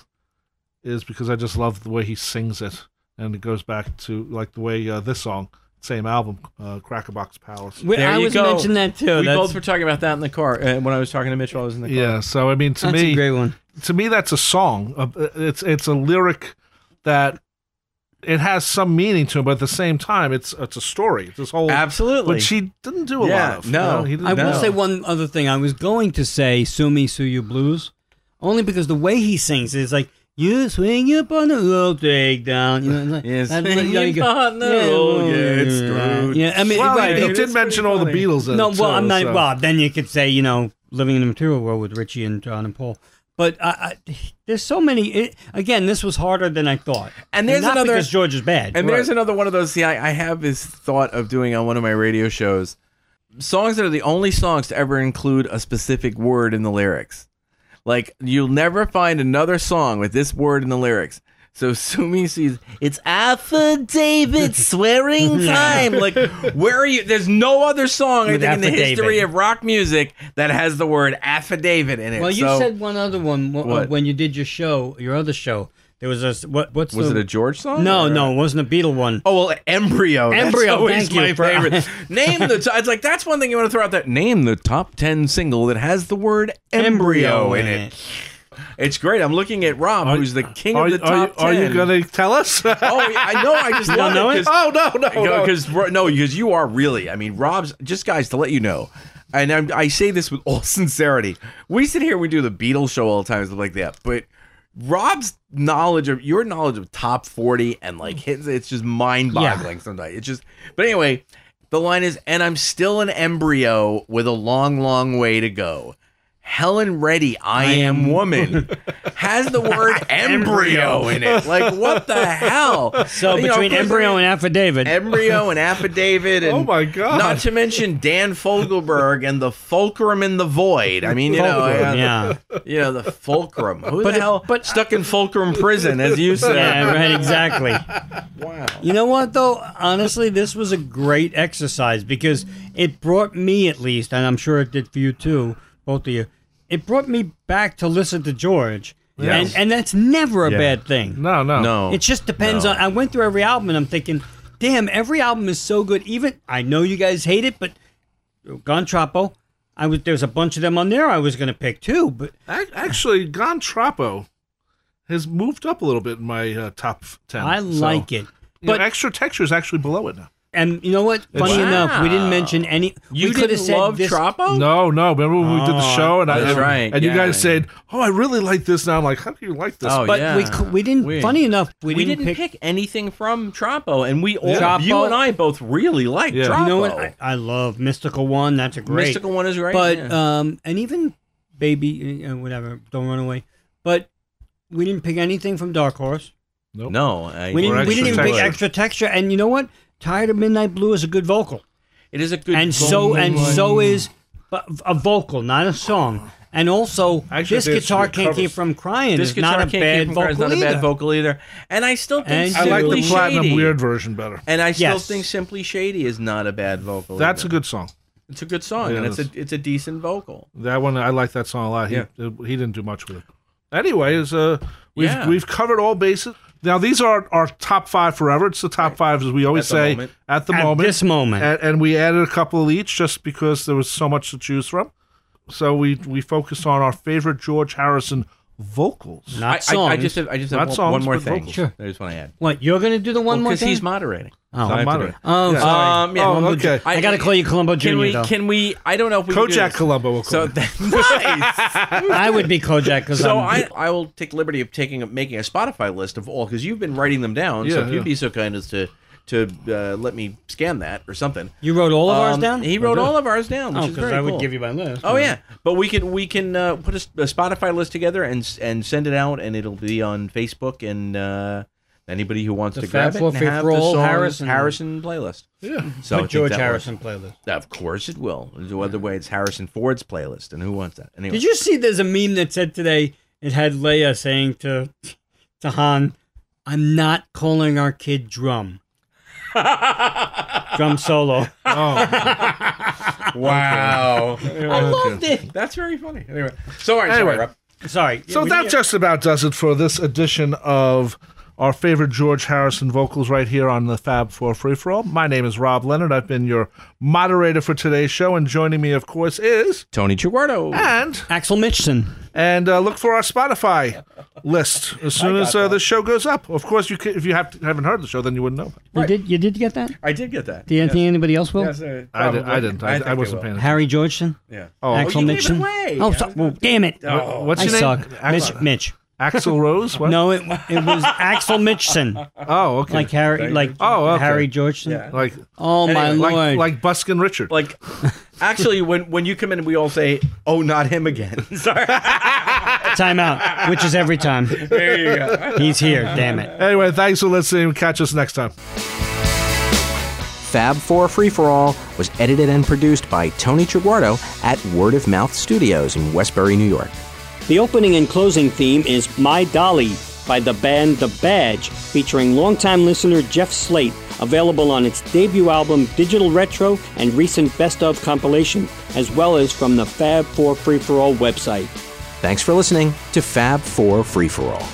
Speaker 2: is because I just love the way he sings it, and it goes back to like the way uh, this song, same album, uh, Crackerbox Palace.
Speaker 4: We-
Speaker 5: There
Speaker 4: I
Speaker 5: you
Speaker 4: was
Speaker 5: go.
Speaker 4: mentioning that too.
Speaker 5: we
Speaker 4: that's,
Speaker 5: both were talking about that in the car uh, when I was talking to Mitchell. I was in the car.
Speaker 2: Yeah. So I mean, to
Speaker 4: that's
Speaker 2: me,
Speaker 4: a great one.
Speaker 2: to me that's a song Uh, it's it's a lyric that it has some meaning to it but at the same time it's it's a story it's this whole
Speaker 5: Absolutely.
Speaker 2: which he didn't do a
Speaker 5: Yeah,
Speaker 2: lot of
Speaker 5: no,
Speaker 2: you know? he didn't
Speaker 4: I
Speaker 5: No.
Speaker 4: will say one other thing. I was going to say "Sue Me, Sue You" blues, only because the way he sings is like "You swing up on the road, take down." You know, like,
Speaker 5: You
Speaker 4: that-
Speaker 5: swing
Speaker 4: like,
Speaker 5: up on the road,
Speaker 4: well,
Speaker 5: yeah, it's
Speaker 4: yeah.
Speaker 5: screwed.
Speaker 4: Yeah, I mean,
Speaker 2: well,
Speaker 4: right.
Speaker 2: he, he
Speaker 5: it's
Speaker 2: did mention
Speaker 5: pretty
Speaker 2: all the
Speaker 5: funny.
Speaker 2: beatles in
Speaker 4: no,
Speaker 2: it
Speaker 4: well,
Speaker 2: too,
Speaker 4: I'm not.
Speaker 2: so.
Speaker 4: Well, then you could say you know, living in the material world with Richie and John and Paul. But I, I, there's so many. It, again, this was harder than I thought.
Speaker 5: And there's
Speaker 4: not
Speaker 5: another-
Speaker 4: because George is bad.
Speaker 5: And there's another one of those. See, I, I have this thought of doing on one of my radio shows songs that are the only songs to ever include a specific word in the lyrics. Like you'll never find another song with this word in the lyrics. So Sumi sees it's affidavit swearing time. Like where are you? There's no other song I
Speaker 4: With
Speaker 5: think in the history
Speaker 4: affidavit.
Speaker 5: of rock music that has the word affidavit in it.
Speaker 4: Well, you
Speaker 5: So-
Speaker 4: said one other one w-
Speaker 5: What?
Speaker 4: when you did your show, your other show. There was a s- what? What's
Speaker 5: was
Speaker 4: the,
Speaker 5: it a George song?
Speaker 4: No,
Speaker 5: or-
Speaker 4: no, it wasn't a Beatle one.
Speaker 5: Oh well, embryo. That's
Speaker 4: Embryo,
Speaker 5: always
Speaker 4: thank you
Speaker 5: my
Speaker 4: for-
Speaker 5: favorite. Name the. T- it's like that's one thing you want to throw out there. Name the top ten single that has the word Oh, embryo, in it. It's great. I'm looking at Rob, who's the king
Speaker 2: are,
Speaker 5: of the
Speaker 2: are you-
Speaker 5: top
Speaker 2: are you
Speaker 5: ten.
Speaker 2: gonna tell us
Speaker 5: Oh, I know. I just love
Speaker 4: know
Speaker 5: it.
Speaker 4: it?
Speaker 5: 'cause-
Speaker 2: oh no no, no.
Speaker 5: because no, because you are really. I mean, Rob's just guys to let you know, and I'm, I say this with all sincerity. We sit here, we do the Beatles show all the time, stuff like that. But Rob's knowledge of your knowledge of top forty and like hits, it's just mind boggling sometimes. It's just. But anyway, the line is, and I'm still an embryo with a long, long way to go. Helen Reddy, I, am, woman, has the word embryo in it. Like, what the hell?
Speaker 4: So
Speaker 5: You know, of
Speaker 4: between
Speaker 5: course, I
Speaker 4: embryo
Speaker 5: mean-
Speaker 4: and affidavit,
Speaker 5: embryo and affidavit and
Speaker 2: Oh, my God.
Speaker 5: not to mention dan fogelberg and the fulcrum in the void i mean you know
Speaker 4: yeah,
Speaker 5: I-
Speaker 4: yeah,
Speaker 5: you know the fulcrum who
Speaker 4: But
Speaker 5: the
Speaker 4: it-
Speaker 5: hell
Speaker 4: but-
Speaker 5: stuck in fulcrum prison as you said
Speaker 4: right, exactly.
Speaker 5: wow
Speaker 4: You know what though? Honestly, this was a great exercise because it brought me, at least, and I'm sure it did for you too, both of you. It brought me back to listen to George,
Speaker 2: Yes.
Speaker 4: and and that's never a bad thing.
Speaker 2: no no
Speaker 5: no
Speaker 4: It just depends on. I went through every album and I'm thinking, damn, every album is so good. Even I know you guys hate it, but Gun Trapo, I was there's a bunch of them on there I was gonna pick too, but
Speaker 2: Ac- actually Gon Trapo has moved up a little bit in my uh, top ten
Speaker 4: I like it. But
Speaker 2: extra texture is actually below it now
Speaker 4: and you know what? Funny
Speaker 5: Wow.
Speaker 4: enough, we didn't mention any.
Speaker 5: you
Speaker 4: we could have
Speaker 5: didn't
Speaker 4: said
Speaker 5: love
Speaker 4: this,
Speaker 5: Trapo?
Speaker 2: No, no. Remember when we did the
Speaker 4: Oh,
Speaker 2: show and I
Speaker 5: that's
Speaker 2: and,
Speaker 5: right,
Speaker 2: and you
Speaker 5: yeah.
Speaker 2: guys said, "Oh, I really like this." Now I'm like, "How do you like this?"
Speaker 5: Oh,
Speaker 4: but we
Speaker 5: Yeah.
Speaker 4: cou- we didn't.
Speaker 5: Weird.
Speaker 4: Funny enough, we,
Speaker 5: we didn't pick, anything from Trapo, and we all,
Speaker 4: Yeah.
Speaker 5: you
Speaker 4: Trapo-
Speaker 5: and I both really like
Speaker 2: Yeah.
Speaker 5: Trapo.
Speaker 4: You know what? I, I love Mystical One. That's a great
Speaker 5: Mystical One is great.
Speaker 4: but
Speaker 5: yeah.
Speaker 4: um, and even Baby, uh, whatever, don't run away. But we didn't pick anything from Dark Horse.
Speaker 2: Nope.
Speaker 5: no, I,
Speaker 4: We
Speaker 2: Or
Speaker 4: didn't, we didn't even
Speaker 2: extra
Speaker 4: pick
Speaker 2: texture.
Speaker 4: extra texture, and you know what? Tired of Midnight Blue is a good vocal,
Speaker 5: it is a good
Speaker 4: and so and so is but a vocal, not a song. And also,
Speaker 2: Actually,
Speaker 4: this
Speaker 2: there's
Speaker 4: guitar
Speaker 2: good
Speaker 4: can't keep
Speaker 2: covers.
Speaker 4: from crying.
Speaker 5: This
Speaker 4: is not
Speaker 5: guitar
Speaker 4: a
Speaker 5: can't
Speaker 4: bad
Speaker 5: keep from
Speaker 4: vocal
Speaker 5: crying. It's not a bad
Speaker 4: either.
Speaker 5: vocal either. And I still think
Speaker 4: And
Speaker 2: I like the
Speaker 5: Simply
Speaker 2: platinum
Speaker 5: Shady-
Speaker 2: weird version better.
Speaker 5: And I still
Speaker 4: Yes.
Speaker 5: think Simply Shady is not a bad vocal.
Speaker 2: That's a
Speaker 5: either.
Speaker 2: good song.
Speaker 5: It's a good song,
Speaker 2: Yeah,
Speaker 5: and it's a
Speaker 2: that's-
Speaker 5: it's a decent vocal.
Speaker 2: That one, I like that song a lot. He,
Speaker 5: Yeah.
Speaker 2: uh, he didn't do much with it. Anyways, uh, we've
Speaker 5: Yeah.
Speaker 2: we've covered all bases. Now these are our top five forever. It's the top five as we always
Speaker 5: At the
Speaker 2: say
Speaker 5: moment.
Speaker 2: at the
Speaker 4: At
Speaker 2: moment.
Speaker 4: this moment,
Speaker 2: and, and we added a couple of each just because there was so much to choose from. So we we focus on our favorite George Harrison vocals.
Speaker 5: I,
Speaker 4: Not
Speaker 5: I,
Speaker 4: songs.
Speaker 5: I just have, I just have
Speaker 2: Not
Speaker 5: one,
Speaker 2: songs,
Speaker 5: one more
Speaker 2: but
Speaker 5: thing.
Speaker 2: vocals.
Speaker 4: Sure.
Speaker 5: I just want to add
Speaker 4: what you're gonna do the one more
Speaker 5: because
Speaker 4: thing?
Speaker 5: he's moderating.
Speaker 4: oh,
Speaker 2: So I have to
Speaker 5: moderating.
Speaker 2: do it.
Speaker 4: oh
Speaker 2: Yeah.
Speaker 4: sorry.
Speaker 5: Um, yeah,
Speaker 2: Oh,
Speaker 5: Columbo Ju-
Speaker 2: okay.
Speaker 4: I, gotta call you Columbo Junior.
Speaker 5: Can we?
Speaker 4: though.
Speaker 5: Can we? I don't know if we can do
Speaker 2: Kojak
Speaker 5: this.
Speaker 2: Columbo will
Speaker 5: So
Speaker 2: call.
Speaker 5: that, nice.
Speaker 4: I would be Kojak because
Speaker 5: So
Speaker 4: I'm,
Speaker 5: I, I will take liberty of taking a, making a Spotify list of all because you've been writing them down. so
Speaker 2: Yeah,
Speaker 5: if
Speaker 2: yeah.
Speaker 5: you'd be so kind as to to uh, let me scan that or something.
Speaker 4: you wrote all of ours
Speaker 5: Um,
Speaker 4: down.
Speaker 5: He wrote all of ours down, which
Speaker 4: Oh,
Speaker 5: is
Speaker 4: because
Speaker 5: very
Speaker 4: I would
Speaker 5: cool.
Speaker 4: give you my list.
Speaker 5: Oh yeah, but we can we can uh, put a, s- a Spotify list together and s- and send it out, and it'll be on Facebook and uh, anybody who wants
Speaker 4: The
Speaker 5: to grab
Speaker 4: Fab
Speaker 5: it
Speaker 4: Four
Speaker 5: and
Speaker 4: Fifth
Speaker 5: have the
Speaker 4: Roll
Speaker 5: song
Speaker 4: Harrison.
Speaker 5: Harrison playlist.
Speaker 2: Yeah.
Speaker 5: So I
Speaker 4: Put
Speaker 5: think
Speaker 4: George
Speaker 5: that
Speaker 4: Harrison playlist.
Speaker 5: will- of course it will. The other way, it's Harrison Ford's playlist, and who wants that? Anyway,
Speaker 4: Did you see? There's a meme that said today it had Leia saying to to Han, "I'm not calling our kid Drum." drum solo.
Speaker 2: Oh.
Speaker 5: Wow, I
Speaker 2: okay.
Speaker 5: loved it. That's very funny. Anyway, so all right,
Speaker 2: Anyway.
Speaker 5: sorry, Rob.
Speaker 4: Sorry.
Speaker 2: So that just about does it for this edition of our favorite George Harrison vocals right here on the Fab Four Free For All. My name is Rob Leonard. I've been your moderator for today's show, and joining me, of course, is
Speaker 5: Tony Chiguardo.
Speaker 2: and
Speaker 4: Axel Mitchson.
Speaker 2: and uh, look for our Spotify list as soon as uh, the show goes up. Of course, you can, if you have haven't heard the show, then you wouldn't know.
Speaker 4: You did. You did get that?
Speaker 5: I did get that.
Speaker 4: Do you think anybody else will?
Speaker 5: Yes, uh,
Speaker 2: I, did, I
Speaker 5: probably.
Speaker 2: didn't. I, I,
Speaker 5: think they
Speaker 2: wasn't
Speaker 5: will.
Speaker 2: paying attention.
Speaker 4: Harry Georgeson.
Speaker 5: Yeah.
Speaker 2: Oh,
Speaker 4: Axel
Speaker 5: you gave it
Speaker 4: Mitchell.
Speaker 5: away.
Speaker 4: Oh, so, well, damn it.
Speaker 5: Oh.
Speaker 2: what's
Speaker 4: I
Speaker 2: your name?
Speaker 4: suck.
Speaker 2: Axel-
Speaker 4: Mitch, Mitch.
Speaker 2: Axel Rose. What?
Speaker 4: No, it, it was Axel Mitchson,
Speaker 2: Oh, okay.
Speaker 4: like Harry, like
Speaker 2: Oh, okay.
Speaker 4: Harry Georgeson.
Speaker 5: Yeah.
Speaker 2: like
Speaker 4: Oh my
Speaker 5: Anyway,
Speaker 2: like
Speaker 4: lord!
Speaker 2: like Buskin Richard.
Speaker 5: like actually when when you come in we all say oh not him again sorry
Speaker 4: time out, which is every time
Speaker 5: there you go
Speaker 4: he's here. Damn it!
Speaker 2: anyway, thanks for listening. Catch us next time.
Speaker 6: Fab Four Free for All was edited and produced by Tony Triguardo at Word of Mouth Studios in Westbury, New York.
Speaker 7: The opening and closing theme is My Dolly by the band The Badge, featuring longtime listener Jeff Slate, available on its debut album Digital Retro and recent Best of compilation, as well as from the Fab 4 Free For All website.
Speaker 6: Thanks for listening to Fab Four Free for All.